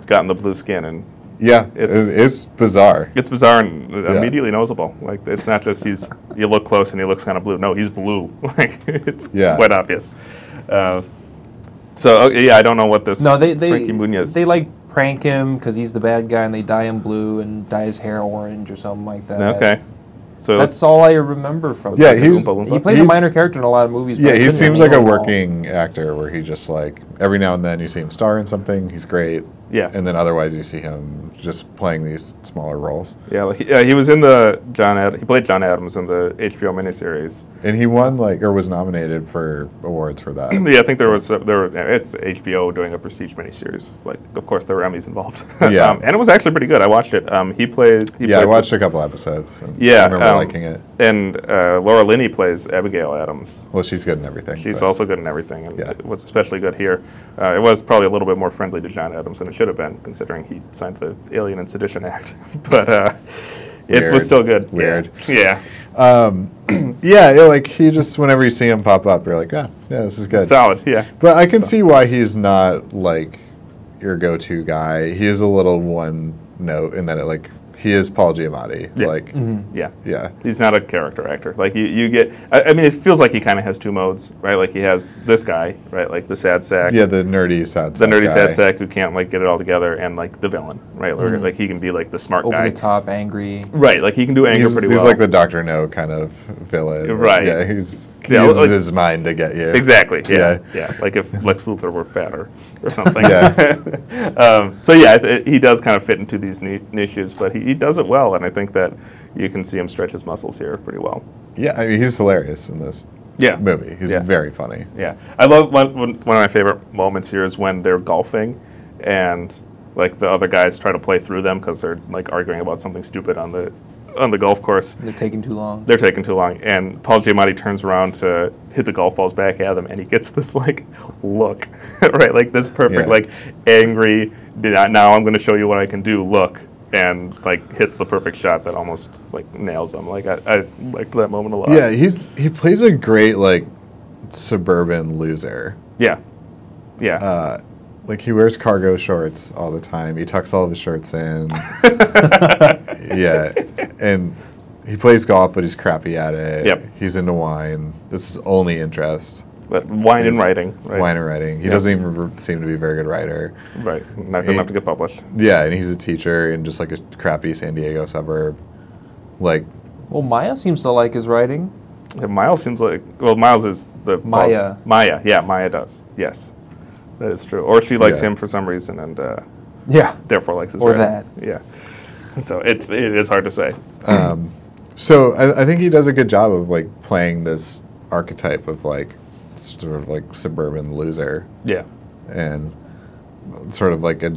S4: gotten the blue skin, and
S3: yeah it's,
S4: It's-
S3: it's bizarre.
S4: it's bizarre and immediately noticeable. Like it's not just he's you look close and he looks kind of blue. No, he's blue. Like it's
S3: Yeah.
S4: quite obvious. Uh, so okay, yeah, I don't know what this.
S5: No, they they
S4: Frankie Muniz.
S5: they like prank him because he's the bad guy, and they dye him blue and dye his hair orange or something like that.
S4: okay. So
S5: that's all I remember from.
S3: Yeah,
S5: it.
S4: the
S3: he's
S4: Oompa Loompa?
S5: he plays a
S3: he's-
S5: minor character in a lot of movies. but I
S3: Yeah, he
S5: couldn't
S3: seems like a
S5: remember him all.
S3: working actor where he just like every now and then you see him star in something, he's great.
S4: Yeah.
S3: And then otherwise you see him just playing these smaller roles.
S4: yeah, like, yeah, he was in the John. Ad, he played John Adams in the HBO miniseries.
S3: And he won like or was nominated for awards for that.
S4: Yeah, I think there was a, there. Were, it's HBO doing a prestige miniseries. Like, of course, there were Emmys involved.
S3: Yeah.
S4: um, and it was actually pretty good. I watched it. Um, he played. He
S3: yeah, I
S4: played
S3: watched a couple episodes. And
S4: Yeah,
S3: I remember
S4: um,
S3: liking it.
S4: And uh, Laura Linney plays Abigail Adams.
S3: Well, she's good in everything.
S4: She's
S3: but-
S4: also good in everything, and
S3: Yeah.
S4: it was especially good here. Uh, it was probably a little bit more friendly to John Adams than it should have been, considering he signed the Alien and Sedition Act. but uh, it
S3: Weird.
S4: was still good. Yeah.
S3: Weird.
S4: Yeah.
S3: yeah, yeah, like he just whenever you see him pop up, you're like, yeah, yeah, this is good.
S4: Solid. Yeah.
S3: But I can see why he's not like your go-to guy. He is a little one note in that it like he is Paul Giamatti.
S4: Yeah. Mm-hmm.
S3: Like,
S4: Yeah.
S3: yeah.
S4: He's not a character actor. Like you, you get. I, I mean, it feels like he kind of has two modes, right? Like he has this guy, right? Like the sad sack.
S3: Yeah, the nerdy sad
S4: The
S3: sack
S4: nerdy
S3: guy. Mm-hmm.
S4: sad sack who can't like get it all together, and like the villain, right? Or, Like he can be like the smart
S5: Over
S4: guy,
S5: the top, angry.
S4: right? Like he can do anger
S3: He's,
S4: pretty
S3: he's
S4: well.
S3: like the Doctor No kind of villain.
S4: Right.
S3: Yeah, he's he
S4: Yeah,
S3: uses
S4: like-
S3: his mind to get you.
S4: Exactly. Yeah. yeah.
S3: Yeah.
S4: Like if Lex Luthor were fatter or something.
S3: Yeah.
S4: um, so yeah, th- he does kind of fit into these ni- niches, but he, he does it well, and I think that you can see him stretch his muscles here pretty well.
S3: Yeah, I mean he's hilarious in this
S4: Yeah.
S3: movie. He's
S4: Yeah.
S3: very funny.
S4: Yeah, I love one, one one of my favorite moments here is when they're golfing, and like the other guys try to play through them because they're like arguing about something stupid on the on the golf course.
S5: They're taking too long.
S4: They're taking too long, and Paul Giamatti turns around to hit the golf balls back at them, and he gets this like look, right? Like this perfect
S3: Yeah.
S4: like angry. "Did I- Now I'm going to show you what I can do. Look. And like hits the perfect shot that almost like nails him. Like I, I liked that moment a lot.
S3: yeah, he's he plays a great like suburban loser.
S4: yeah, yeah.
S3: Uh, like he wears cargo shorts all the time. He tucks all of his shirts in. yeah, and he plays golf, but he's crappy at it.
S4: Yep.
S3: He's into wine. This is his only interest.
S4: but wine and
S3: he's-
S4: writing. Right?
S3: Wine and writing. He
S4: Yep.
S3: doesn't even r- seem to be a very good writer.
S4: Right. Not good
S3: He-
S4: enough to get published.
S3: Yeah, and he's a teacher in just like a crappy San Diego suburb. Like,
S5: Well, Maya seems to like his writing.
S4: And Miles seems like well, Miles is the
S5: Maya.
S4: Maya, yeah, Maya does. Yes, that is true. Or she likes
S3: Yeah.
S4: him for some reason, and uh,
S5: Yeah.
S4: therefore likes his.
S5: Or
S4: writing. Yeah. So it's it is hard to say.
S3: um, so I, I think he does a good job of like playing this archetype of like sort of like suburban loser
S4: Yeah.
S3: and sort of like a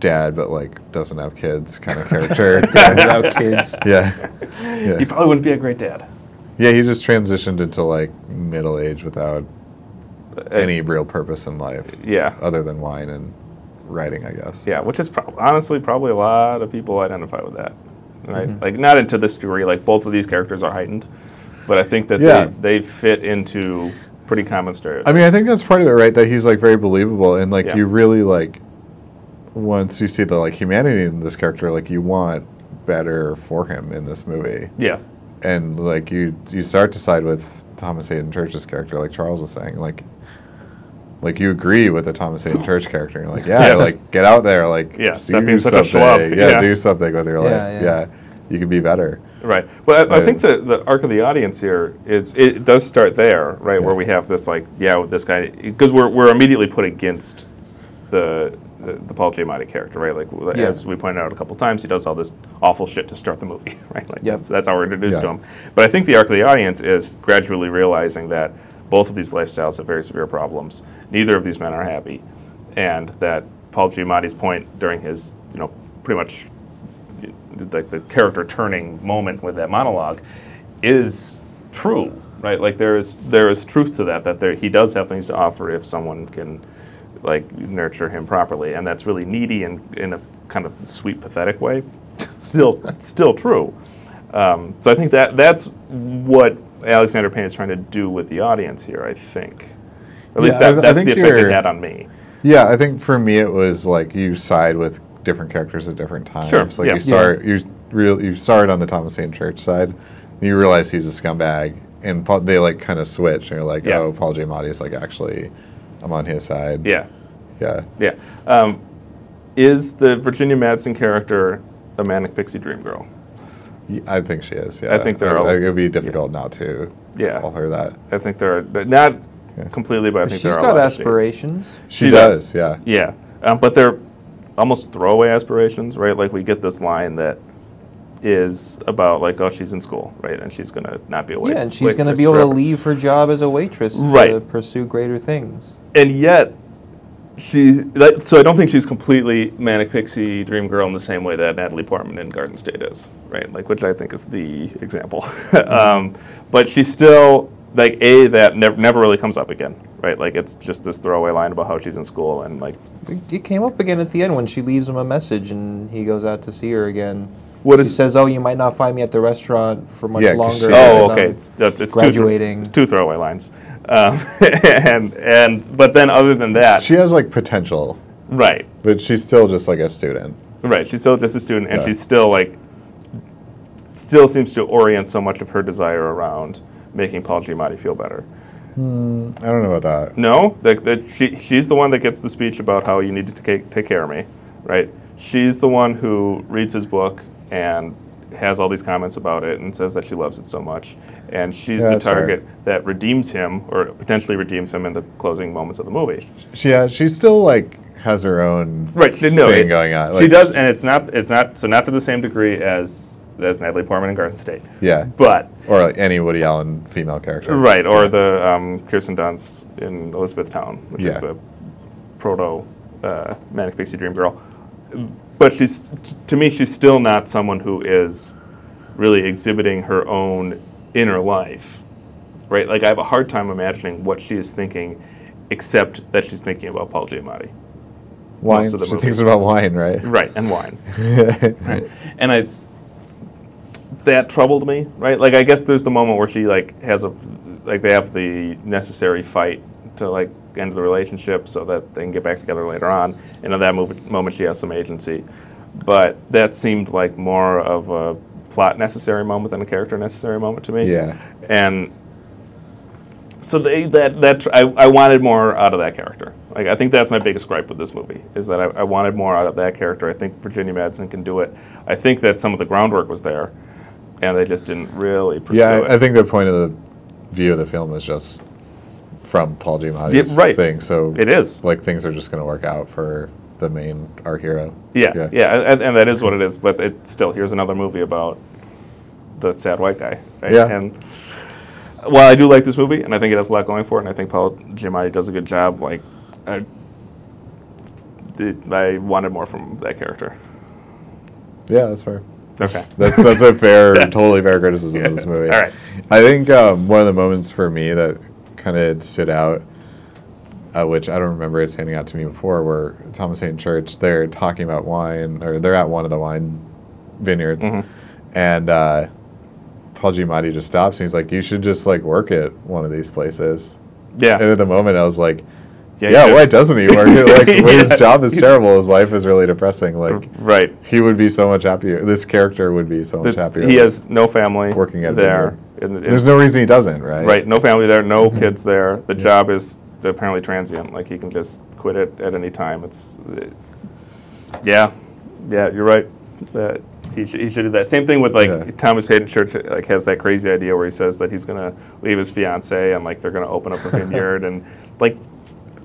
S3: dad but like doesn't have kids kind of character.
S5: without kids.
S3: yeah. Yeah.
S4: He probably wouldn't be a great dad.
S3: Yeah, he just transitioned into like middle age without any real purpose in life
S4: Uh, Yeah.
S3: other than wine and writing, I guess.
S4: Yeah, which is prob honestly probably a lot of people identify with that, right? Like not into this degree. Like both of these characters are heightened, but I think that
S3: Yeah.
S4: they, they fit into pretty common stereotypes.
S3: I mean, I think that's part of it, right? That he's like very believable, and like
S4: Yeah.
S3: you really like once you see the like humanity in this character, like you want better for him in this movie,
S4: yeah,
S3: and like you you start to side with Thomas Hayden Church's character, like Charles was saying, like like you agree with the Thomas Hayden Church character, you're like yeah,
S4: Yes.
S3: like get out there, like
S4: Yeah, stop being such a schlub.
S3: yeah,
S4: Yeah.
S3: do something with your life,
S5: yeah.
S3: yeah, you can be better,
S4: right. But I, I
S3: Yeah.
S4: think the the arc of the audience here is it does start there, right? Where we have this like yeah, with this guy because we're we're immediately put against the. The, the Paul Giamatti character, right? Like
S5: Yeah.
S4: as we pointed out a couple times, he does all this awful shit to start the movie, right? Like
S5: Yep.
S4: that's, that's how we're introduced
S3: Yeah.
S4: to him. But I think the arc of the audience is gradually realizing that both of these lifestyles have very severe problems. Neither of these men are happy, and that Paul Giamatti's point during his, you know, pretty much like the character turning moment with that monologue is true, right? Like there is there is truth to that. That there, he does have things to offer if someone can like nurture him properly, and that's really needy and in a kind of sweet, pathetic way. still, still true. Um, so I think that that's what Alexander Payne is trying to do with the audience here. I think, at least
S3: Yeah, I
S4: that,
S3: th- I
S4: that's the
S3: think
S4: effect it
S3: you're-
S4: had on me.
S3: yeah. I think for me it was like you side with different characters at different times,
S4: Sure,
S3: like
S4: yeah.
S3: you start you real you start on the Thomas Hayden Church side, and you realize he's a scumbag, and Paul, they like kind of switch, and you're like,
S4: Yeah.
S3: oh, Paul Giamatti is like actually, I'm on his side,
S4: Yeah,
S3: yeah.
S4: yeah. Um, is the Virginia Madsen character a manic pixie dream girl?
S3: Y- I think she is. Yeah,
S4: I think they're all-
S3: It would be difficult not to
S4: Yeah.
S3: call her that.
S4: I think there are but not
S3: Yeah.
S4: completely, but I think
S5: She's
S4: there are a
S5: got
S4: lot of shades.
S5: aspirations.
S3: She,
S4: She
S3: does.
S4: does.
S3: Yeah.
S4: Yeah, um, but they're almost throwaway aspirations, right? Like we get this line that is about like, oh, she's in school, right, and she's gonna not be away.
S5: Yeah, and she's going to be able to leave her job as a waitress to
S4: Right.
S5: pursue greater things.
S4: and yet she that, so i don't think she's completely manic pixie dream girl in the same way that natalie portman in garden state is right like which i think is the example um, but she's still like a that never never really comes up again right like it's just this throwaway line about how she's in school and like
S5: It came up again at the end when she leaves him a message and he goes out to see her again.
S4: What
S5: she
S4: is-
S5: says, "Oh, you might not find me at the restaurant for much
S3: Yeah, um, 'cause
S5: longer." um,
S3: she-
S5: because
S4: Oh,
S5: I'm
S4: okay. It's, that's- it's
S5: graduating.
S4: Two, two throwaway lines, um, and and but then other than that,
S3: She has like potential,
S4: right,
S3: but she's still just like a student.
S4: right. She's still just a student, and
S3: Yeah.
S4: she's still like, still seems to orient so much of her desire around making Paul Giamatti feel better.
S3: I don't know about that.
S4: No, that that she she's the one that gets the speech about how you need to take take care of me, right? She's the one who reads his book and has all these comments about it and says that she loves it so much, and she's
S3: Yeah,
S4: the
S3: that's right.
S4: target that redeems him or potentially redeems him in the closing moments of the movie.
S3: She has, she still like has her own.
S4: Right? She, no,
S3: Thing
S4: it-
S3: going on,
S4: she
S3: like-
S4: does, and it's not it's not so not to the same degree as as Natalie Portman in Garden State,
S3: Yeah.
S4: but
S3: Or like any Woody Allen female character.
S4: Right, or the um, Kirsten Dunst in Elizabethtown, which is
S3: Yeah.
S4: the proto uh, manic pixie dream girl. But she's, t- to me, she's still not someone who is really exhibiting her own inner life, right? Like I have a hard time imagining what she is thinking, except that she's thinking about Paul Giamatti,
S3: Wine.
S4: most of the
S3: she
S4: movies.
S3: thinks about wine, right?
S4: right, and wine. and I that troubled me, right? Like I guess there's the moment where she like has a like they have the necessary fight to like end the relationship so that they can get back together later on. And at that mov- moment she has some agency. But that seemed like more of a plot necessary moment than a character necessary moment to me.
S3: Yeah.
S4: And so they that that tr- I, I wanted more out of that character. Like I think that's my biggest gripe with this movie is that I, I wanted more out of that character. I think Virginia Madsen can do it. I think that some of the groundwork was there, and they just didn't really pursue
S3: Yeah,
S4: it.
S3: I, I think the point of the view of the film is just from Paul Giamatti's
S4: Yeah, right.
S3: thing. So
S4: it is.
S3: like things are just going to work out for the main our hero.
S4: Yeah, yeah, and, and that is what it is. But it still here's another movie about the sad white guy. Right?
S3: Yeah.
S4: And while I do like this movie, and I think it has a lot going for it, and I think Paul Giamatti does a good job, like I, uh, it, I wanted more from that character.
S3: Yeah, that's fair.
S4: Okay.
S3: That's that's a fair, totally fair criticism of this movie.
S4: All right.
S3: I think um, one of the moments for me that kind of stood out, uh, which I don't remember it standing out to me before, were Thomas St. Church. They're talking about wine, or they're at one of the wine vineyards,
S4: Mm-hmm.
S3: and uh, Paul Giamatti just stops and he's like, "You should just like work at one of these places." And
S4: Yeah.
S3: at the moment, I was like,
S4: Yeah,
S3: "Yeah,
S4: you should."
S3: why doesn't he work? at- like, his
S4: Yeah.
S3: job is terrible. His life is really depressing. Like."
S4: Right.
S3: He would be so much happier. This character would be so much
S4: The-
S3: happier.
S4: he has no family
S3: Working at a
S4: there. And it's-
S3: There's no reason he doesn't, right? Mm-hmm.
S4: right. No family there. No kids there. The job is apparently transient. Like he can just quit it at any time. It's. It, yeah. Yeah. You're right. That he should, he should do that. Same thing with like
S3: Yeah.
S4: Thomas Hayden Church. Like has that crazy idea where he says that he's gonna leave his fiance and like they're gonna open up a vineyard and like.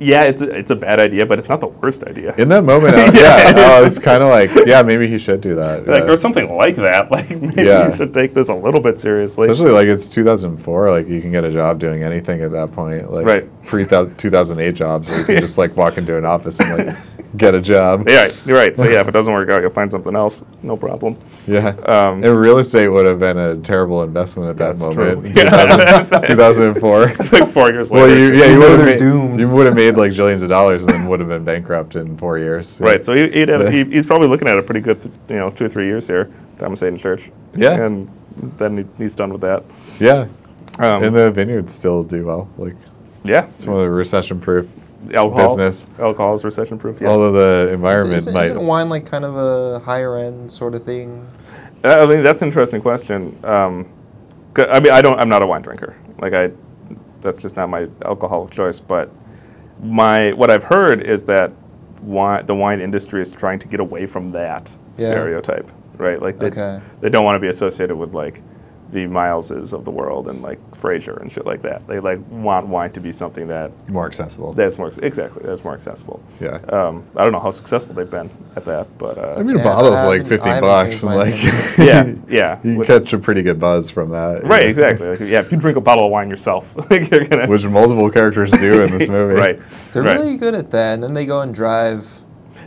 S4: Yeah, it's a, it's a bad idea, but it's not the worst idea.
S3: In that moment, I was, yeah, I was kind of like, yeah, maybe he should do that.
S4: like
S3: yeah.
S4: or something like that. Like maybe
S3: Yeah.
S4: you should take this a little bit seriously.
S3: Especially like it's 2004, like you can get a job doing anything at that point. Like
S4: Right.
S3: pre 2008 jobs, where you can just like walk into an office and like get a job.
S4: Yeah, you're right. So yeah, if it doesn't work out, you'll find something else. No problem.
S3: Yeah.
S4: Um,
S3: and real estate would have been a terrible investment at that
S4: That's
S3: moment.
S4: true. Yeah.
S3: 2000 2004.
S4: like four years later.
S3: Well, you, yeah, you
S5: You know
S3: would have
S5: they're
S3: made,
S5: doomed.
S3: You would have made like zillions of dollars and then would have been bankrupt in four years.
S4: Right. So he, he'd have,
S3: Yeah.
S4: he, he's probably looking at a pretty good, you know, two or three years here, Thomas Hayden Church.
S3: Yeah.
S4: And then he, he's done with that.
S3: Yeah.
S4: Um,
S3: and the vineyards still do well. Like
S4: yeah.
S3: it's one of the recession-proof.
S4: Alcohol.
S3: business.
S4: Alcohol is recession proof. Yes.
S3: Although the environment
S5: Isn't,
S3: might.
S5: isn't wine like kind of a higher end sort of thing?
S4: Uh, I mean, that's an interesting question. Um, 'cause- I mean, I don't. I'm not a wine drinker. Like I, that's just not my alcohol of choice. But my what I've heard is that wine, the wine industry is trying to get away from that
S5: Yeah.
S4: stereotype, right? Like they,
S5: Okay.
S4: they don't want to be associated with like the Mileses of the world and like Frasier and shit like that. They like want wine to be something that
S3: more accessible.
S4: that's more exactly that's more accessible.
S3: Yeah.
S4: Um, I don't know how successful they've been at that, but uh,
S3: I mean,
S5: Yeah,
S3: a bottle's
S5: I
S3: like
S5: haven't-
S3: 15
S5: I haven't
S3: bucks,
S5: changed
S3: and
S5: my
S3: like,
S4: yeah, yeah.
S3: you
S4: Which-
S3: catch a pretty good buzz from that. you
S4: Right,
S3: know,
S4: exactly. Like, yeah, if you drink a bottle of wine yourself, like you're gonna.
S3: Which multiple characters do in this movie.
S4: Right.
S5: They're
S4: right.
S5: really good at that, and then they go and drive.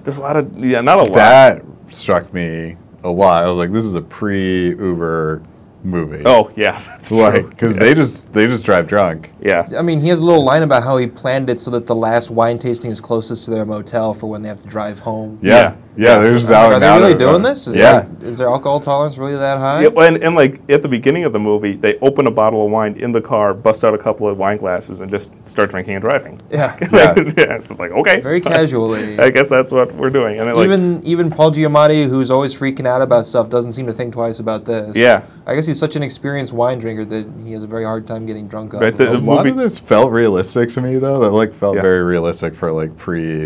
S4: There's a lot of yeah, not a lot.
S3: That struck me a lot. I was like, this is a pre-Uber movie.
S4: oh yeah, that's
S3: like
S4: true.
S3: because they just they just drive drunk.
S4: Yeah.
S5: I mean, he has a little line about how he planned it so that the last wine tasting is closest to their motel for when they have to drive home.
S3: Yeah, yeah. they're just out
S5: Are
S3: and
S5: they
S3: out
S5: really
S3: of-
S5: doing this? Is
S3: yeah,
S5: Their, is their alcohol tolerance really that high?
S4: Yeah, well, and, and like at the beginning of the movie, they open a bottle of wine in the car, bust out a couple of wine glasses, and just start drinking and driving.
S5: Yeah.
S4: Like, yeah, it's just like okay,
S5: Very casually.
S4: I guess that's what we're doing. And it, like,
S5: even even Paul Giamatti, who's always freaking out about stuff, doesn't seem to think twice about this.
S4: Yeah.
S5: I guess he's such an experienced wine drinker that he has a very hard time getting drunk off.
S4: Right,
S5: of
S4: the-
S5: it.
S3: a
S4: the
S3: lot of
S4: movie-
S3: this felt realistic to me though. That like felt
S4: Yeah.
S3: very realistic for like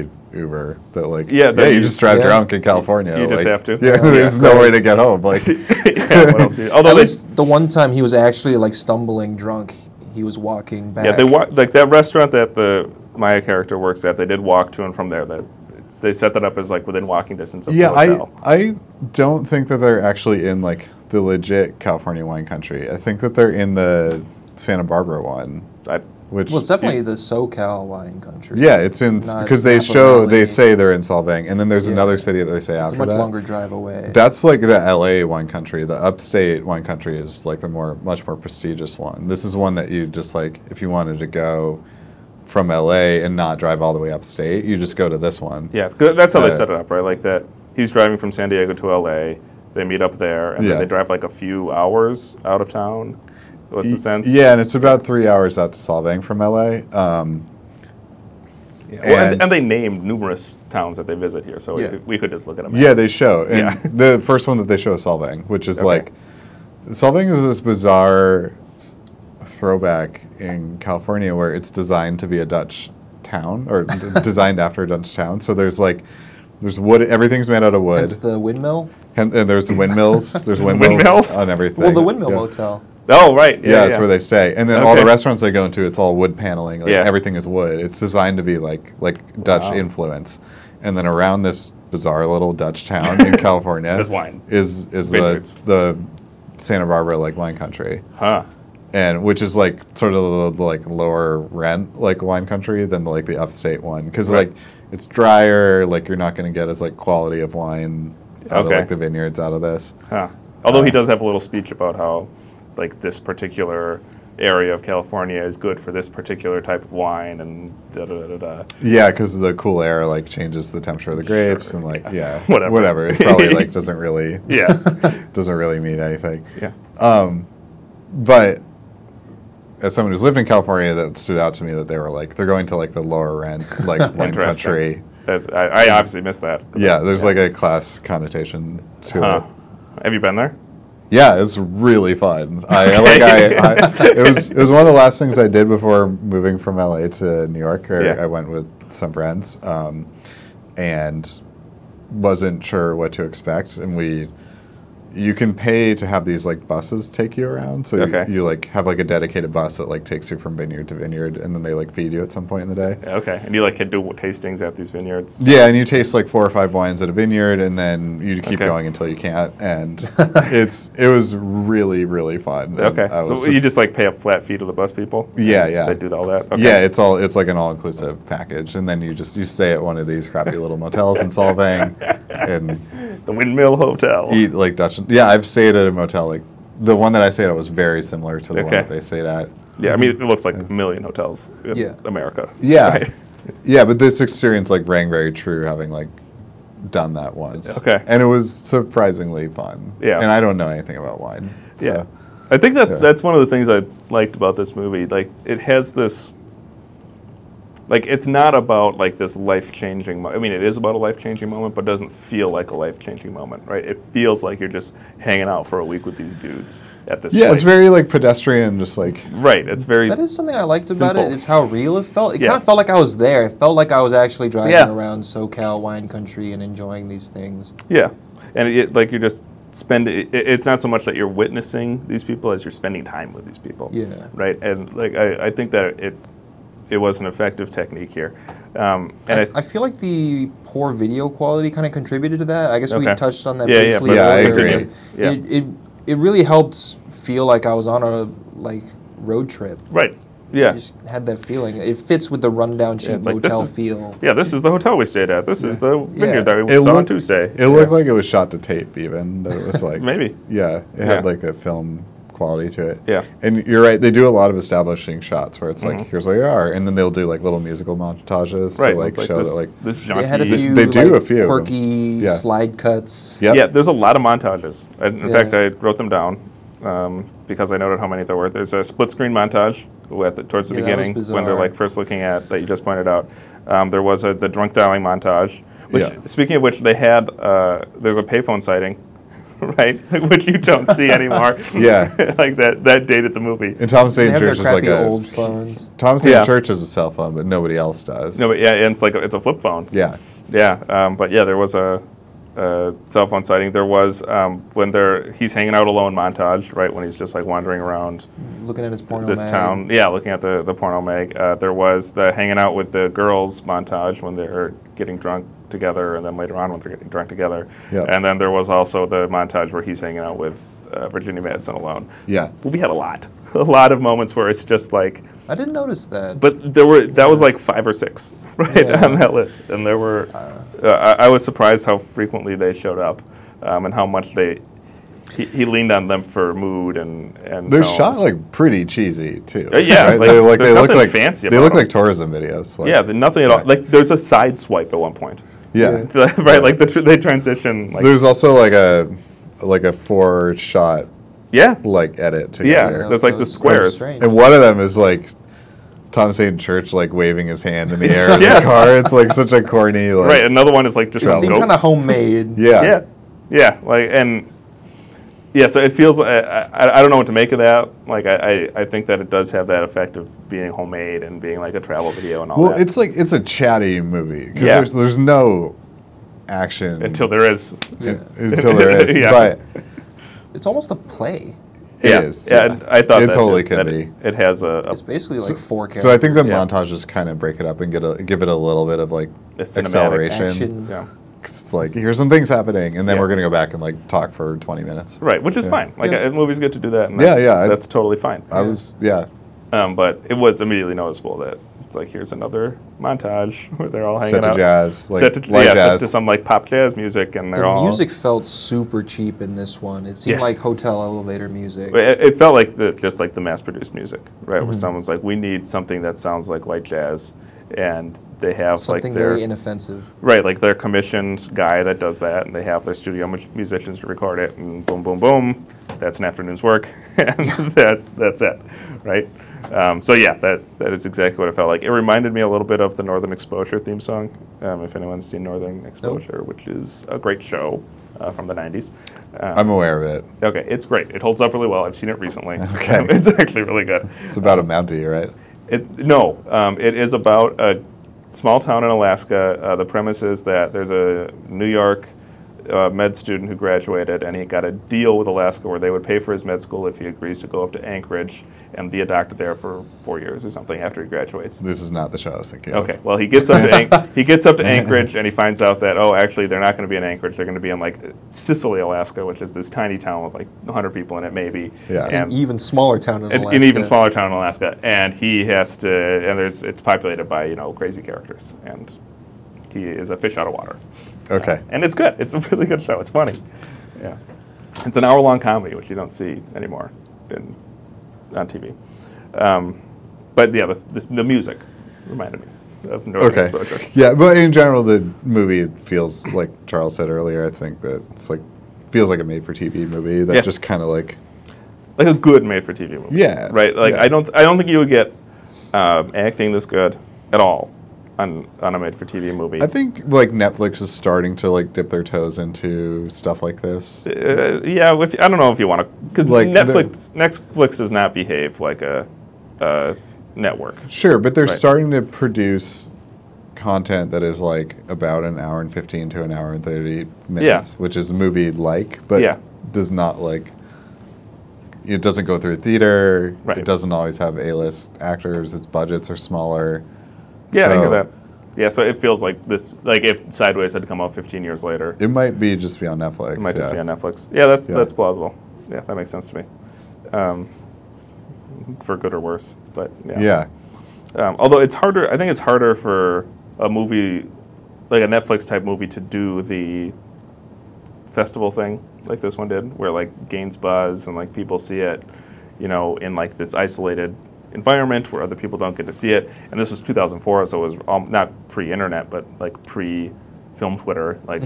S3: pre-Uber. That like
S4: Yeah, that
S3: yeah. You
S4: you-
S3: just drive
S5: yeah.
S3: drunk in California.
S4: You just
S3: like,
S4: have to.
S3: Yeah,
S4: Yeah.
S3: there's no way to get home. Like
S4: yeah, what else? do you- Although
S5: At
S4: they,
S5: least the one time he was actually like stumbling drunk, he was walking back.
S4: yeah, they wa- like that restaurant that the Maya character works at. They did walk to and from there. That it's, they set that up as like within walking distance of
S3: yeah,
S4: the hotel.
S3: I I don't think that they're actually in like the legit California wine country. I think that they're in the Santa Barbara one,
S4: I,
S3: which
S5: Well, it's definitely the SoCal wine country.
S3: yeah, it's in
S5: Not
S3: because they
S5: Napa
S3: show
S5: Valley.
S3: they say they're in Solvang, and then there's
S5: Yeah.
S3: another city that they say
S5: it's
S3: after
S5: a much
S3: that.
S5: longer drive away.
S3: That's like the LA wine country. The upstate wine country is like the more much more prestigious one. This is one that you just like if you wanted to go from LA and not drive all the way upstate, you just go to this one.
S4: Yeah, 'cause that's how
S3: Uh,
S4: they set it up, right? Like that he's driving from San Diego to LA. They meet up there, and
S3: Yeah.
S4: then they drive like a few hours out of town. What's the sense?
S3: Yeah, and it's about three hours out to Solvang from LA. Um,
S4: Yeah. Well, and,
S3: and-
S4: and they named numerous towns that they visit here, so
S5: Yeah.
S4: we, we could just look at them.
S3: yeah, they show. And
S4: Yeah.
S3: the first one that they show is Solvang, which is
S4: Okay.
S3: like Solvang is this bizarre throwback in California where it's designed to be a Dutch town or d- designed after a Dutch town. So there's like there's wood. Everything's made out of wood.
S5: Hence the windmill.
S3: And, and there's windmills. There's windmills,
S4: windmills?
S3: on everything.
S5: Well, the windmill
S3: yeah.
S5: motel.
S4: Oh, right.
S3: Yeah, that's where they stay. And then all the
S4: Okay.
S3: restaurants they go into, it's all wood paneling. Like
S4: Yeah.
S3: everything is wood. It's designed to be like like Dutch
S4: Wow.
S3: influence. And then around this bizarre little Dutch town in California
S4: With wine.
S3: is is
S4: Vineyards.
S3: the the Santa Barbara like wine country.
S4: Huh.
S3: And which is like sort of the, like lower rent like wine country than like the upstate one because
S4: Right.
S3: like it's drier. Like you're not going to get as like quality of wine out
S4: Okay.
S3: of like the vineyards out of this.
S4: Huh. Although
S3: Uh.
S4: he does have a little speech about how, like, this particular area of California is good for this particular type of wine and da da da da. da.
S3: Yeah, because the cool air like changes the temperature of the grapes and like yeah,
S4: Whatever.
S3: whatever. It probably like doesn't really
S4: Yeah.
S3: doesn't really mean anything. Um,
S4: yeah.
S3: But as someone who's lived in California, that stood out to me that they were like they're going to like the lower rent like wine
S4: Interesting.
S3: country.
S4: That's, I, I obviously missed that.
S3: Yeah, there's like uh, a class connotation to
S4: Huh.
S3: it.
S4: Have you been there?
S3: Yeah, it's really fun. I like I, I it was it was one of the last things I did before moving from LA to New York. Or
S4: Yeah.
S3: I went with some friends, um, and wasn't sure what to expect. And we, you can pay to have these like buses take you around. So
S4: Okay.
S3: you, you like have like a dedicated bus that like takes you from vineyard to vineyard, and then they like feed you at some point in the day.
S4: Yeah, okay. And you like can do tastings at these vineyards.
S3: Yeah, and you taste like four or five wines at a vineyard, and then you keep
S4: Okay.
S3: going until you can't. And it's it was really really fun. and
S4: Okay.
S3: I
S4: So
S3: was
S4: you just like pay a flat fee to the bus people.
S3: Yeah, yeah.
S4: They do all that. Okay.
S3: Yeah, it's all it's like an all inclusive package, and then you just you stay at one of these crappy little motels in Solvang, and
S4: The Windmill Hotel.
S3: eat like Dutch. Yeah, I've stayed at a motel like the one that I stayed at was very similar to the one
S4: Okay.
S3: that they stayed at.
S4: Yeah, I mean, it looks like a million hotels in
S5: Yeah.
S4: America.
S3: Yeah,
S4: Right.
S3: yeah, but this experience like rang very true, having like done that once.
S4: Okay.
S3: and it was surprisingly fun.
S4: Yeah.
S3: and I don't know anything about wine.
S4: Yeah.
S3: so-
S4: I think that's
S3: Yeah.
S4: that's one of the things I liked about this movie. Like it has this like it's not about like this life-changing mo- I mean it is about a life-changing moment but doesn't feel like a life-changing moment, right? It feels like you're just hanging out for a week with these dudes at this
S3: yeah,
S4: place.
S3: it's very like pedestrian, just like
S4: Right, it's very
S5: That is something I liked about it
S4: Simple.
S5: is how real it felt. It
S4: Yeah.
S5: kind of felt like I was there. It felt like I was actually driving
S4: Yeah.
S5: around SoCal wine country and enjoying these things.
S4: Yeah, and it, like you're just spend. It, it's not so much that you're witnessing these people as you're spending time with these people.
S5: Yeah.
S4: Right, and like I, I think that it it was an effective technique here, um, and
S5: I,
S4: I,
S5: I feel like the poor video quality kind of contributed to that. I guess we
S4: Okay.
S5: touched on that
S4: Yeah, yeah,
S5: briefly.
S4: but
S3: Yeah, I
S5: earlier,
S3: agree.
S5: but
S4: Yeah.
S5: It, it it really helped feel like I was on a like road trip.
S4: right, yeah.
S5: I just had that feeling. It fits with the rundown cheap
S4: it's like, this
S5: motel
S4: is-
S5: feel.
S4: yeah, this is the hotel we stayed at. This is the vineyard
S5: Yeah.
S4: that we saw on Tuesday.
S3: It looked like it was shot to tape, even. That it was like
S4: Maybe.
S3: Yeah, it
S4: Yeah.
S3: had like a film quality to it.
S4: Yeah. Mm-hmm.
S3: and you're right. They do a lot of establishing shots where it's like, here's where you are, and then they'll do like little musical montages
S4: right,
S3: to like
S4: it's
S3: show
S4: this,
S3: that like.
S4: this
S5: They had a
S4: junkie-
S5: few,
S3: they do
S5: like,
S3: a few of them.
S5: quirky
S3: Yeah.
S5: slide cuts.
S3: Yep.
S4: Yeah, there's a lot of montages. And in
S5: Yeah.
S4: fact, I wrote them down um, because I noted how many there were. There's a split screen montage at the, towards the
S5: Yeah, that was
S4: beginning when they're
S5: bizarre.
S4: like first looking at that you just pointed out. Um, there was a, the drunk dialing montage. Which,
S3: Yeah.
S4: speaking of which, they had uh, there's a payphone sighting, right? which you don't see anymore.
S3: Yeah.
S4: like that that dated the movie.
S3: And Thomas
S5: They
S3: St.
S5: have their
S3: Church is like
S5: crappy
S3: a
S5: old phones.
S3: Thomas St.
S4: Yeah.
S3: Church is a cell phone, but nobody else does.
S4: No, but yeah, and it's like a, it's a flip phone.
S3: Yeah,
S4: Yeah, um, but yeah, there was a, a cell phone sighting. There was um, when they're he's hanging out alone montage, right? When he's just like wandering around
S5: Looking at his porno
S4: this
S5: mag.
S4: town. Yeah, looking at the the porno mag. Uh, there was the hanging out with the girls montage when they're getting drunk together, and then later on when they're getting drunk together.
S3: Yeah.
S4: And then there was also the montage where he's hanging out with uh, Virginia Madsen alone.
S3: yeah.
S4: We had a lot, a lot of moments where it's just like
S5: I didn't notice that.
S4: but there were that was like five or six right
S5: Yeah.
S4: on that list, and there were. Uh, I, I was surprised how frequently they showed up, um, and how much they. He, he leaned on them for mood and and.
S3: They're
S4: tone.
S3: shot like pretty cheesy too.
S4: Uh, yeah, like,
S3: they like
S4: there's
S3: they look
S4: nothing
S3: like
S4: fancy
S3: They
S4: about
S3: look
S4: them.
S3: like tourism videos. Like,
S4: Yeah, the- nothing at all. Like there's a side swipe at one point,
S3: yeah.
S4: right? Like the tr- they transition. Like
S3: There's also like a like a four shot
S4: yeah,
S3: like edit
S4: yeah.
S3: together.
S5: Yeah,
S4: There's like the
S5: those- those
S4: squares.
S5: strange.
S3: And one of them is like Tom St. Church like waving his hand in the air in
S4: Yes.
S3: the car. It's like such a corny like
S4: Right, another one is like just
S5: it seemed
S4: goats.
S5: kind of homemade.
S3: yeah.
S4: yeah yeah like and yeah so it feels I, I, I don't know what to make of that like I, I, I think that it does have that effect of being homemade and being like a travel video and all
S3: Well,
S4: that
S3: it's like it's a chatty movie because
S4: Yeah.
S3: there's there's no action
S4: until there is
S3: un- until there is,
S4: Yeah.
S3: but
S5: It's almost a play.
S3: it
S4: yeah,
S3: is,
S4: yeah,
S3: yeah.
S4: I thought
S3: it
S4: that
S3: totally
S4: too,
S3: can
S4: that
S3: be.
S4: it, it has a, a
S5: It's basically like four characters.
S3: so I think the
S4: Yeah.
S3: montages kind of break it up and get a, give it a little bit of like
S4: A cinematic
S3: acceleration.
S5: action.
S4: yeah
S3: 'Cause It's like here's some things happening, and then
S4: Yeah.
S3: we're gonna go back and like talk for 20 minutes.
S4: right which is fine like
S5: Yeah.
S4: uh movies get to do that and
S3: Yeah,
S4: that's,
S3: yeah, I-
S4: that's totally fine
S3: I was yeah
S4: um, but it was immediately noticeable that It's like here's another montage where they're all hanging
S3: set to
S4: out.
S3: jazz, like
S4: set to,
S3: light
S4: yeah, set
S3: jazz.
S4: to some like pop jazz music, and they're
S5: The
S4: all
S5: music felt super cheap in this one. It seemed
S4: oh. Yeah.
S5: like hotel elevator music.
S4: It, it felt like the, just like the mass-produced music, right?
S5: Mm-hmm.
S4: Where someone's like, "We need something that sounds like light jazz," and they have
S5: Something
S4: like their
S5: very inoffensive.
S4: right, like their commissioned guy that does that, and they have their studio mu- musicians to record it, and boom, boom, boom, that's an afternoon's work, and that that's it, right? Um, so yeah, that that is exactly what it felt like. It reminded me a little bit of the Northern Exposure theme song, um, if anyone's seen Northern Exposure, which is a great show uh, from the '90s. Um,
S3: I'm aware of it.
S4: Okay, it's great. It holds up really well. I've seen it recently.
S3: Okay.
S4: it's actually really good. Uh,
S3: It's about a Mountie, right?
S4: It, no, um, it is about a small town in Alaska. Uh, the premise is that there's a New York uh, med student who graduated, and he got a deal with Alaska where they would pay for his med school if he agrees to go up to Anchorage and be a doctor there for four years or something after he graduates.
S3: This is not the show I was thinking of.
S4: Okay. Well, he gets up to Anch- he gets up to Anchorage and he finds out that oh, actually they're not going to be in Anchorage. They're going to be in like Sicily, Alaska, which is this tiny town with like 100 people in it, maybe.
S3: Yeah. An
S4: And,
S5: Even smaller town in
S4: an-
S5: Alaska.
S4: an even smaller town in Alaska, and he has to. And there's it's populated by you know crazy characters, and he is a fish out of water.
S3: Okay.
S4: And it's good. It's a really good show. It's funny. Yeah. It's an hour long comedy, which you don't see anymore in, on TV. Um, but yeah, the, the, the music reminded me of Northern
S3: Okay.
S4: Exposure.
S3: Yeah, but in general, the movie feels like Charles said earlier. I think that it's like feels like a made-for-TV movie that
S4: Yeah.
S3: just kind of like
S4: Like a good made for TV movie.
S3: Yeah,
S4: Right? Like,
S3: yeah.
S4: I, don't, I don't think you would get um, acting this good at all on, on a made for TV movie.
S3: I think like Netflix is starting to like dip their toes into stuff like this.
S4: Uh, yeah, if, I don't know if you want to, because
S3: Like,
S4: Netflix Netflix does not behave like a, a network.
S3: Sure, but they're
S4: Right.
S3: starting to produce content that is like about an hour and 15 to an hour and 30 minutes, which is movie like, but
S4: Yeah.
S3: does not like it doesn't go through theater.
S4: Right.
S3: It doesn't always have A list actors. Its budgets are smaller.
S4: Yeah, I
S3: So-
S4: hear that. Yeah, so it feels like this, like if Sideways had come out 15 years later,
S3: It might be just be on Netflix.
S4: it might just
S3: yeah.
S4: be on Netflix. Yeah, that's
S3: Yeah.
S4: that's plausible. Yeah, that makes sense to me. Um, for good or worse, but yeah.
S3: Yeah.
S4: Um, although it's harder, I think it's harder for a movie, like a Netflix type movie, to do the festival thing like this one did, where like gains buzz and like people see it, you know, in like this isolated environment where other people don't get to see it. And this was 2004, so it was um, not pre-internet, but like pre. Film Twitter, like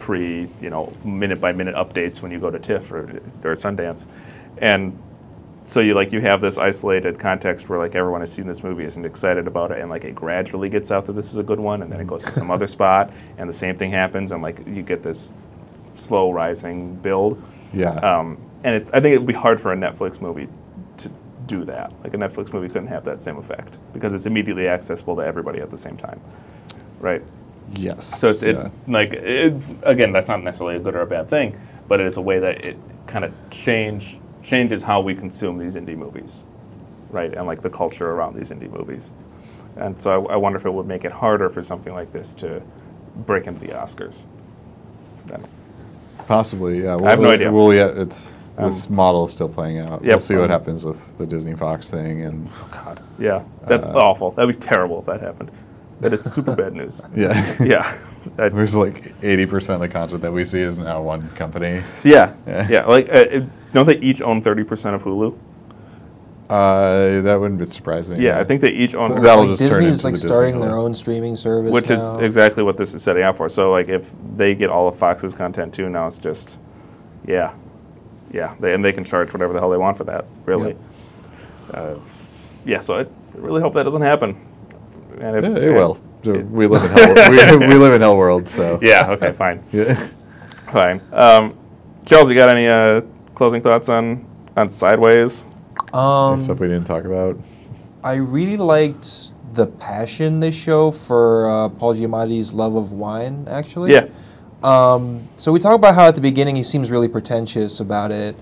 S4: pre, you know, minute by minute updates when you go to TIFF or, or Sundance, and so you like you have this isolated context where like everyone has seen this movie isn't excited about it and like it gradually gets out that this is a good one and then it goes to some other spot and the same thing happens and like you get this slow rising build
S3: Yeah.
S4: um, and it, i think it would be hard for a netflix movie to do that like a netflix movie couldn't have that same effect because it's immediately accessible to everybody at the same time right
S3: yes.
S4: so it's it,
S3: yeah.
S4: like it, again, that's not necessarily a good or a bad thing, but it is a way that it kind of change changes how we consume these indie movies, right? And like the culture around these indie movies. And so I, I wonder if it would make it harder for something like this to break into the Oscars. Then-
S3: Possibly, yeah.
S4: have no
S3: We'll-
S4: idea. Um,
S3: We'll, yeah, it's this model is still playing out.
S4: yep,
S3: we'll see what
S4: um,
S3: happens with the Disney Fox thing, and
S4: God, yeah, that's
S3: Oh, Uh,
S4: awful. That'd be terrible if that happened. That is super bad news.
S3: yeah,
S4: Yeah. That-
S3: There's like eighty percent of the content that we see is now one company.
S4: yeah,
S3: Yeah.
S4: yeah. Like, uh, it- don't they each own thirty percent of Hulu?
S3: Uh, that wouldn't surprise me.
S4: Yeah, I think they each own.
S3: So
S4: Hulu.
S3: that'll
S5: Like
S3: just turn
S5: Disney's
S3: into
S5: like
S3: the Disney
S5: starting their
S3: Hulu.
S5: own streaming service.
S4: Which is
S5: now.
S4: exactly what this is setting out for. So, like, if they get all of Fox's content too, now it's just, yeah, yeah, they, and they can charge whatever the hell they want for that, really. Uh, yeah, so I really hope that doesn't happen. And if,
S3: Yeah, it
S4: and-
S3: will. we live in hell. wor- we, we live in hell world. So
S4: Yeah. Okay. Fine.
S3: yeah.
S4: Fine. Um, Charles, you got any uh, closing thoughts on on Sideways?
S5: Um,
S3: stuff we didn't talk about.
S5: I really liked the passion they show for uh, Paul Giamatti's love of wine, actually.
S4: Yeah.
S5: Um, so we talk about how at the beginning he seems really pretentious about it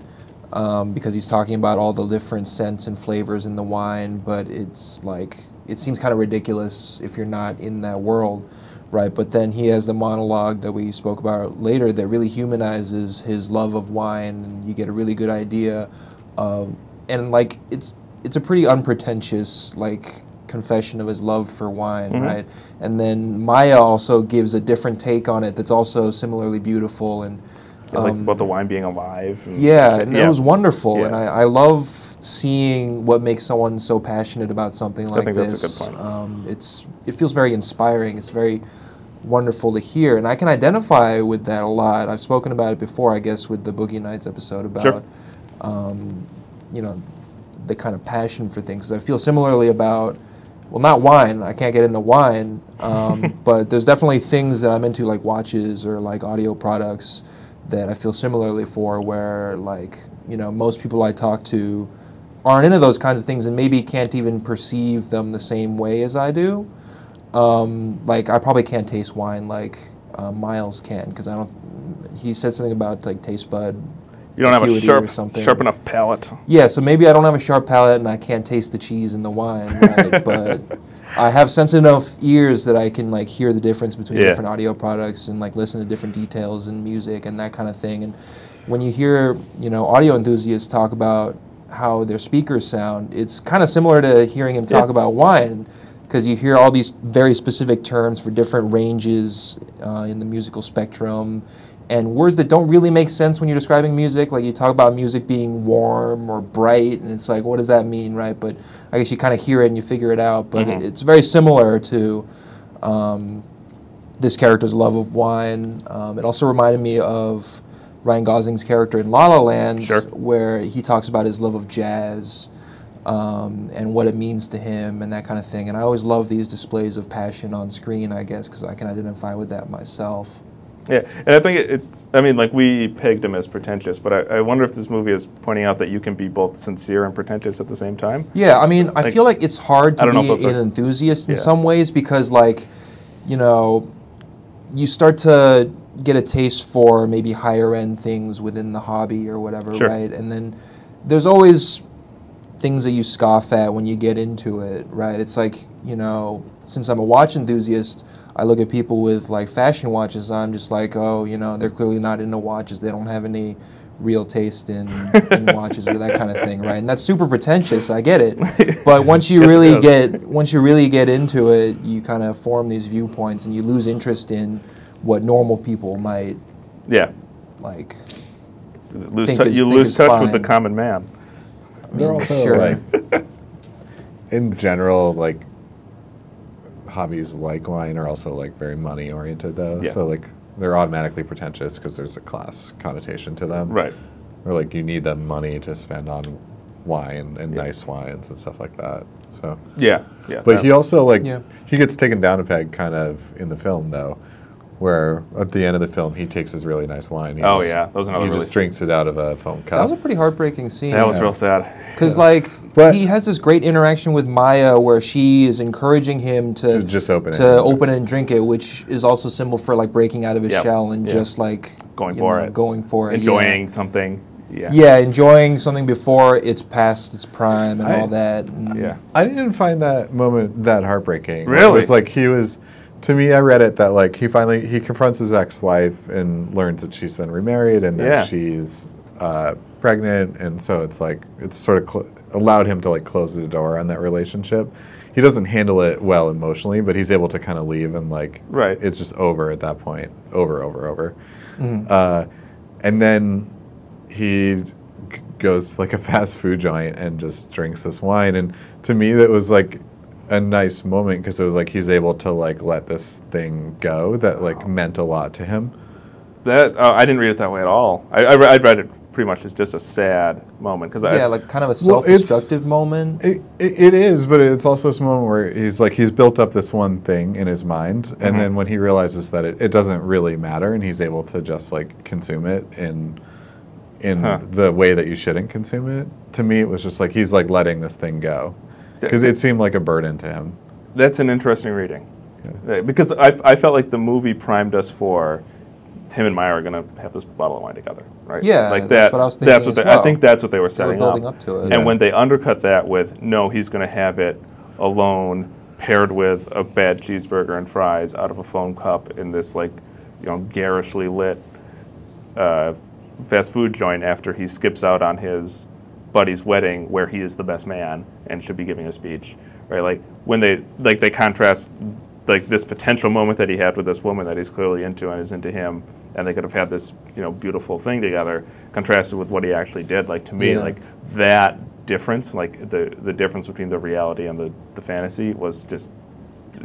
S5: um, because he's talking about all the different scents and flavors in the wine, but it's like it seems kind of ridiculous if you're not in that world, right? But then he has the monologue that we spoke about later that really humanizes his love of wine, and you get a really good idea of and like it's it's a pretty unpretentious like confession of his love for wine, right? And then Maya also gives a different take on it that's also similarly beautiful and
S4: Yeah, like about the wine being alive. and-
S5: Um, yeah, and
S4: Yeah.
S5: it was wonderful, and
S4: Yeah.
S5: I, I love seeing what makes someone so passionate about something like
S4: think that's a
S5: this.
S4: good point.
S5: Um, it's it feels very inspiring. It's very wonderful to hear, and I can identify with that a lot. I've spoken about it before, I guess, with the Boogie Nights episode about um, you know the kind of passion for things. I feel similarly about. Well, not wine. I can't get into wine, um, but there's definitely things that I'm into, like watches or like audio products, that I feel similarly for, where like you know most people I talk to aren't into those kinds of things and maybe can't even perceive them the same way as I do. Um, like I probably can't taste wine like uh, Miles can because I don't. He said something about like taste bud.
S4: You don't have a
S5: acuity or
S4: sharp,
S5: something.
S4: sharp enough palate.
S5: Yeah, so maybe I don't have a sharp palate and I can't taste the cheese in the wine, right? but I have sensitive enough ears that I can like hear the difference between
S4: Yeah.
S5: different audio products and like listen to different details and music and that kind of thing. And when you hear, you know, audio enthusiasts talk about how their speakers sound, it's kind of similar to hearing him talk about wine because you hear all these very specific terms for different ranges uh, in the musical spectrum and words that don't really make sense when you're describing music like you talk about music being warm or bright and it's like what does that mean right but i guess you kind of hear it and you figure it out but it- it's very similar to um, this character's love of wine um, it also reminded me of ryan gosling's character in la la land
S4: Sure.
S5: where he talks about his love of jazz um, and what it means to him and that kind of thing. And I always love these displays of passion on screen, I guess, because I can identify with that myself.
S4: Yeah, and I think it, it's. I mean, like we pegged him as pretentious, but I, I wonder if this movie is pointing out that you can be both sincere and pretentious at the same time.
S5: Yeah, I mean, I feel like it's hard
S4: I
S5: to
S4: don't
S5: be
S4: know if those
S5: an
S4: are-
S5: enthusiast in
S4: Yeah.
S5: some ways because, like, you know, you start to get a taste for maybe higher end things within the hobby or whatever,
S4: Sure.
S5: right? And then there's always things that you scoff at when you get into it, right? It's like, you know, since I'm a watch enthusiast, I look at people with like fashion watches, I'm just like, oh, you know, they're clearly not into watches. They don't have any real taste in, in watches or that kind of thing, right? And that's super pretentious, I get it. But once you
S4: Yes, it
S5: really
S4: does.
S5: get once you really get into it, you kind of form these viewpoints and you lose interest in what normal people might
S4: Yeah,
S5: like
S4: lose
S5: Think
S4: tou-
S5: is-
S4: you
S5: think
S4: lose
S5: is
S4: touch
S5: fine.
S4: with the common man.
S3: They're also
S5: sure.
S3: like, in general, like hobbies like wine are also like very money oriented though.
S4: Yeah.
S3: So like they're automatically pretentious because there's a class connotation to them.
S4: Right.
S3: Or like you need the money to spend on wine and nice wines and stuff like that. So,
S4: Yeah. Yeah.
S3: but
S4: that-
S3: he also like
S5: Yeah.
S3: he gets taken down a peg kind of in the film though, where at the end of the film he takes his really nice wine. He
S4: Oh,
S3: just-
S4: yeah, that was another
S3: He
S4: really-
S3: just drinks it out of a foam cup.
S5: that was a pretty heartbreaking scene.
S4: that was real sad.
S5: Because like
S3: But-
S5: he has this great interaction with Maya, where she is encouraging him to
S3: To just open it.
S5: to open it and drink it, which is also symbol for like breaking out of his
S4: Yep.
S5: shell and
S4: Yeah.
S5: just like
S4: Going
S5: you
S4: for
S5: know,
S4: it.
S5: going for it, yeah.
S4: Enjoying something. Yeah.
S5: Yeah. enjoying something before it's past its prime and
S3: I-
S5: all that. And
S4: Yeah.
S3: I didn't find that moment that heartbreaking. It
S4: Really?
S3: was like he was. To me, I read it that like he finally he confronts his ex-wife and learns that she's been remarried and that
S4: Yeah.
S3: she's uh, pregnant, and so it's like it's sort of cl- allowed him to like close the door on that relationship. He doesn't handle it well emotionally, but he's able to kind of leave and like
S4: Right.
S3: It's just over at that point, over, over, over. Uh, and then he g- goes to like a fast food giant and just drinks this wine. And to me, that was like a nice moment because it was like he's able to like let this thing go that like meant a lot to him.
S4: That oh, I didn't read it that way at all. I I, re- I read it pretty much as just a sad moment because I
S5: yeah, like kind of a
S3: Well, it's-
S5: self-destructive moment.
S3: It, it, it is, but it's also this moment where he's like he's built up this one thing in his mind, and
S4: Mm-hmm.
S3: then when he realizes that it, it doesn't really matter, and he's able to just like consume it in in
S4: Huh.
S3: the way that you shouldn't consume it. To me, it was just like he's like letting this thing go because it seemed like a burden to him.
S4: That's an interesting reading. Uh, Because I, I felt like the movie primed us for him and Maya are going to have this bottle of wine together, right?
S5: Yeah,
S4: like
S5: that's
S4: that.
S5: what I was thinking
S4: that's what
S5: as
S4: they,
S5: well.
S4: I think that's what they were
S5: They were
S4: setting
S5: building up to it.
S4: And when they undercut that with no, he's going to have it alone, paired with a bad cheeseburger and fries out of a foam cup in this like, you know, garishly lit uh, fast food joint after he skips out on his buddy's wedding where he is the best man and should be giving a speech right? Like when they like they contrast like this potential moment that he had with this woman that he's clearly into and is into him, and they could have had this you know beautiful thing together, contrasted with what he actually did. Like to me,
S5: Yeah.
S4: like that difference, like the the difference between the reality and the the fantasy was just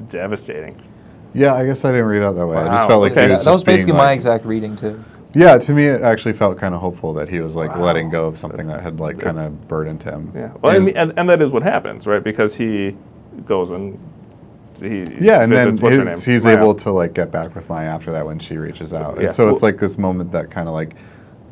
S4: devastating.
S3: Yeah, I guess I didn't read it that way. I just
S4: Wow,
S3: felt like
S4: okay.
S3: he
S5: that,
S3: was
S5: that was
S3: just being,
S5: basically my
S3: like-
S5: exact reading too.
S3: Yeah, to me, it actually felt kind of hopeful that he was like
S4: Wow.
S3: letting go of something that had like kind of burdened him.
S4: Yeah. Well,
S3: And-
S4: I mean, and, and that is what happens, right? Because he goes and he
S3: yeah, and then
S4: visits- what's her
S3: his-
S4: name?
S3: he's
S4: Maya.
S3: able to like get back with Maya after that when she reaches out,
S4: Yeah.
S3: and so it's
S4: Well-
S3: like this moment that kind of like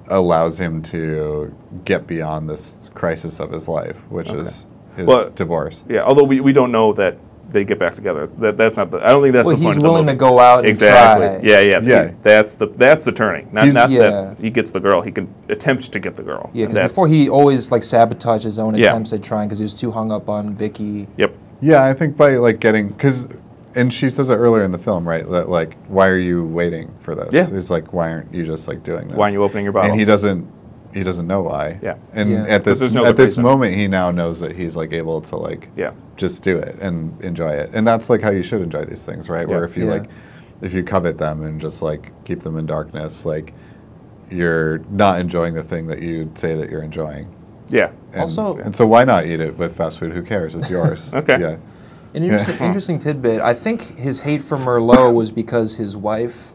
S3: allows him to get beyond this crisis of his life, which is his
S4: Well-
S3: divorce.
S4: Yeah, although we, we don't know that they get back together. That that's not the. I don't think that's
S5: Well,
S4: the
S5: he's
S4: point. of the
S5: willing to
S4: movie.
S5: go out and
S4: exactly.
S5: try.
S4: Yeah, yeah,
S3: Yeah.
S4: He- that's the that's the turning. Not
S3: He's-
S4: not
S5: Yeah.
S4: that he gets the girl. He can attempt to get the girl.
S5: Yeah, because
S4: And that's-
S5: before he always like sabotaged his own
S4: Yeah.
S5: attempts at trying because he was too hung up on Vicky.
S4: Yep.
S3: Yeah, I think by like getting because, and she says it earlier in the film, right? That like, why are you waiting for this?
S4: Yeah.
S3: It's like, why aren't you just like doing this?
S4: Why aren't you opening your bottle?
S3: And he doesn't. He doesn't know why.
S4: Yeah.
S3: And
S5: Yeah.
S3: at
S4: But
S3: this
S4: there's no
S3: at
S4: good
S3: this
S4: reason.
S3: moment, he now knows that he's like able to like
S4: Yeah.
S3: just do it and enjoy it. And that's like how you should enjoy these things, right? Where
S4: Yeah.
S3: if you
S5: Yeah.
S3: like, if you covet them and just like keep them in darkness, like you're not enjoying the thing that you say that you're enjoying.
S4: Yeah.
S3: And,
S5: Also-
S3: and so why not eat it with fast food? Who cares? It's yours.
S4: Okay.
S3: Yeah.
S5: An interesting, interesting tidbit. I think his hate for Merlot was because his wife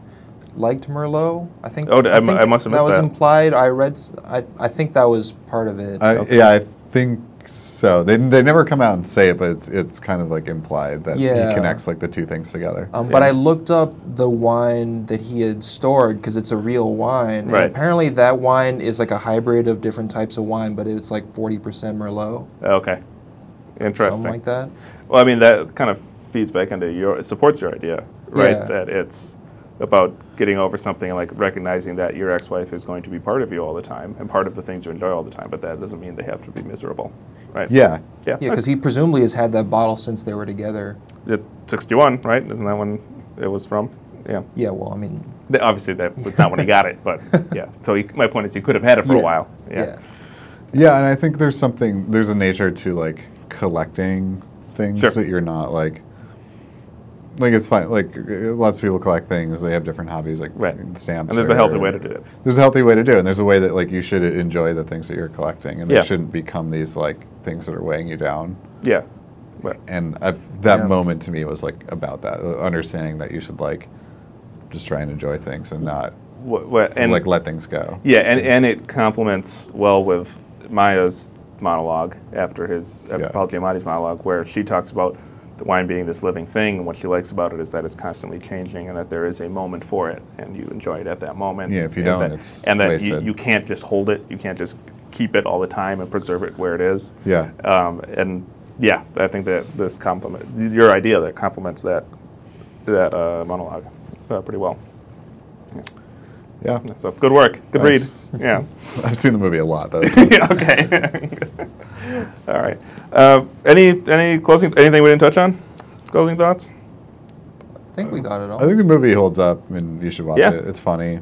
S5: liked Merlot. I think.
S4: Oh, d- I mu-
S5: think
S4: I must have missed
S5: that. was
S4: that.
S5: implied. I read. s- I, I think that was part of it.
S3: I, Yeah, I think so. They, they never come out and say it, but it's it's kind of like implied that
S5: Yeah.
S3: he connects like the two things together.
S5: Um, But I looked up the wine that he had stored because it's a real wine.
S4: Right.
S5: And apparently, that wine is like a hybrid of different types of wine, but it's like 40% Merlot,
S4: Okay. Interesting.
S5: something like that.
S4: Well, I mean that kind of feeds back into your it supports your idea, right?
S5: Yeah.
S4: That it's about getting over something and like recognizing that your ex-wife is going to be part of you all the time and part of the things you enjoy all the time, but that doesn't mean they have to be miserable, right?
S3: yeah.
S4: Yeah.
S5: Yeah, because he presumably has had that bottle since they were together.
S4: Yeah, 61, right? Isn't that when it was from? Yeah.
S5: Yeah, well, I mean,
S4: Th- Obviously, that was not when he got it, but yeah. So he, my point is, he could have had it for
S5: Yeah.
S4: a while.
S5: yeah.
S4: Yeah.
S3: Yeah, and I think there's something there's a nature to like collecting things
S4: Sure.
S3: that you're not like like it's fine like uh, lots of people collect things they have different hobbies like
S4: Right.
S3: stamps
S4: And there's a
S3: or-
S4: healthy way to do it.
S3: there's a healthy way to do it and there's a way that like you should enjoy the things that you're collecting and
S4: Yeah.
S3: they shouldn't become these like things that are weighing you down
S4: Yeah. Right.
S3: and I've, that
S5: Yeah.
S3: moment to me was like about that uh, understanding that you should like just try and enjoy things and not
S4: Wha- wha- and
S3: like let things go
S4: Yeah, and, and it complements well with Maya's monologue after his after
S3: Yeah.
S4: Paul Giamatti's monologue, where she talks about the wine being this living thing, and what she likes about it is that it's constantly changing, and that there is a moment for it, and you enjoy it at that moment.
S3: Yeah, if you
S4: and
S3: don't,
S4: that,
S3: it's
S4: and that you,
S3: wasted.
S4: you can't just hold it, you can't just keep it all the time and preserve it where it is.
S3: yeah
S4: Um, and yeah, I think that this complement your idea that complements that that uh, monologue uh, pretty well.
S3: yeah
S4: So good work, good
S3: Thanks.
S4: read. Yeah.
S3: i've seen the movie a lot though
S4: Yeah, okay. All right. Uh, any any closing anything we didn't touch on? Closing thoughts?
S5: I think we got it all.
S3: I think the movie holds up, and you should watch
S4: Yeah.
S3: it. It's funny.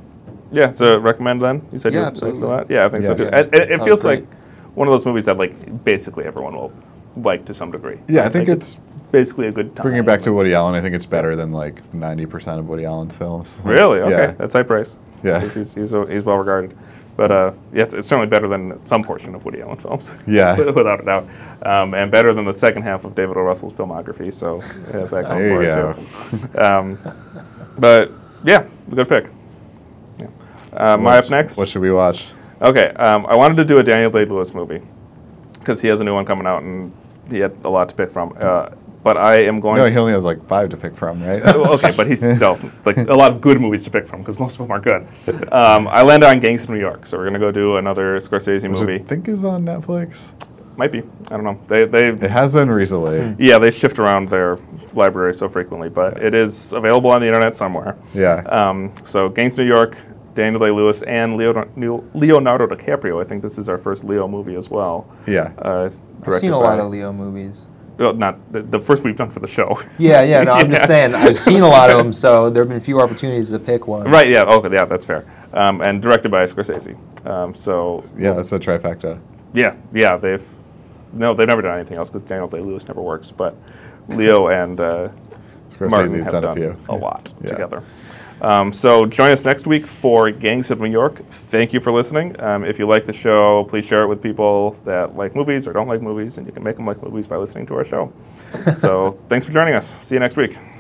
S4: Yeah. So recommend then. You said
S5: Yeah,
S4: you
S5: absolutely.
S4: liked it a lot. Yeah, I think so
S3: Yeah.
S4: too.
S5: Yeah.
S4: It, it- it
S5: Oh,
S4: feels
S5: great.
S4: like one of those movies that like basically everyone will like to some degree.
S3: Yeah, I think
S4: Like,
S3: it's
S4: basically a good time.
S3: bringing it back to Woody Allen. I think it's better than like ninety percent of Woody Allen's films.
S4: Really? Okay,
S3: Yeah.
S4: that's high praise.
S3: Yeah.
S4: He's he's, he's, he's well regarded. But uh, yeah, it's certainly better than some portion of Woody Allen films.
S3: Yeah.
S4: without a doubt, um, and better than the second half of David O. Russell's filmography. So it has that going
S3: There you
S4: for it too. Um, but yeah, good pick. Yeah. Uh, am I up next?
S3: What should we watch?
S4: Okay, um, I wanted to do a Daniel Day Lewis movie because he has a new one coming out and he had a lot to pick from. Uh, but I am going.
S3: No,
S4: to
S3: he only has like five to pick from, right?
S4: well, Oh, okay, but he's still like a lot of good movies to pick from because most of them are good. Um, I landed on Gangs of New York, so we're gonna go do another Scorsese
S3: Which I
S4: movie.
S3: think is on Netflix.
S4: Might be, I don't know. They
S3: It
S4: they
S3: has been recently.
S4: yeah they shift around their library so frequently, but it is available on the internet somewhere.
S3: Yeah.
S4: Um, so Gangs of New York, Daniel Day Lewis, and Leonardo, Leonardo DiCaprio. I think this is our first Leo movie as well.
S3: yeah.
S5: I've
S4: Uh,
S5: seen
S4: directed
S5: a lot
S4: by-
S5: of Leo movies.
S4: well, not the, the first we've done for the show.
S5: Yeah, yeah. No, I'm
S4: Yeah.
S5: just saying I've seen a lot of them, so there have been few opportunities to pick one.
S4: Right, yeah, okay, yeah, that's fair. Um, and directed by Scorsese. Um, so
S3: yeah, that's a trifecta.
S4: Yeah, yeah, they've no, they've never done anything else because Daniel Day Lewis never works. But Leo and uh, Martin
S3: Scorsese's
S4: have
S3: done a
S4: done
S3: few.
S4: a lot
S3: Yeah.
S4: together. Um, so join us next week for Gangs of New York. Thank you for listening. Um, if you like the show, please share it with people that like movies or don't like movies, and you can make them like movies by listening to our show. so thanks for joining us. See you next week.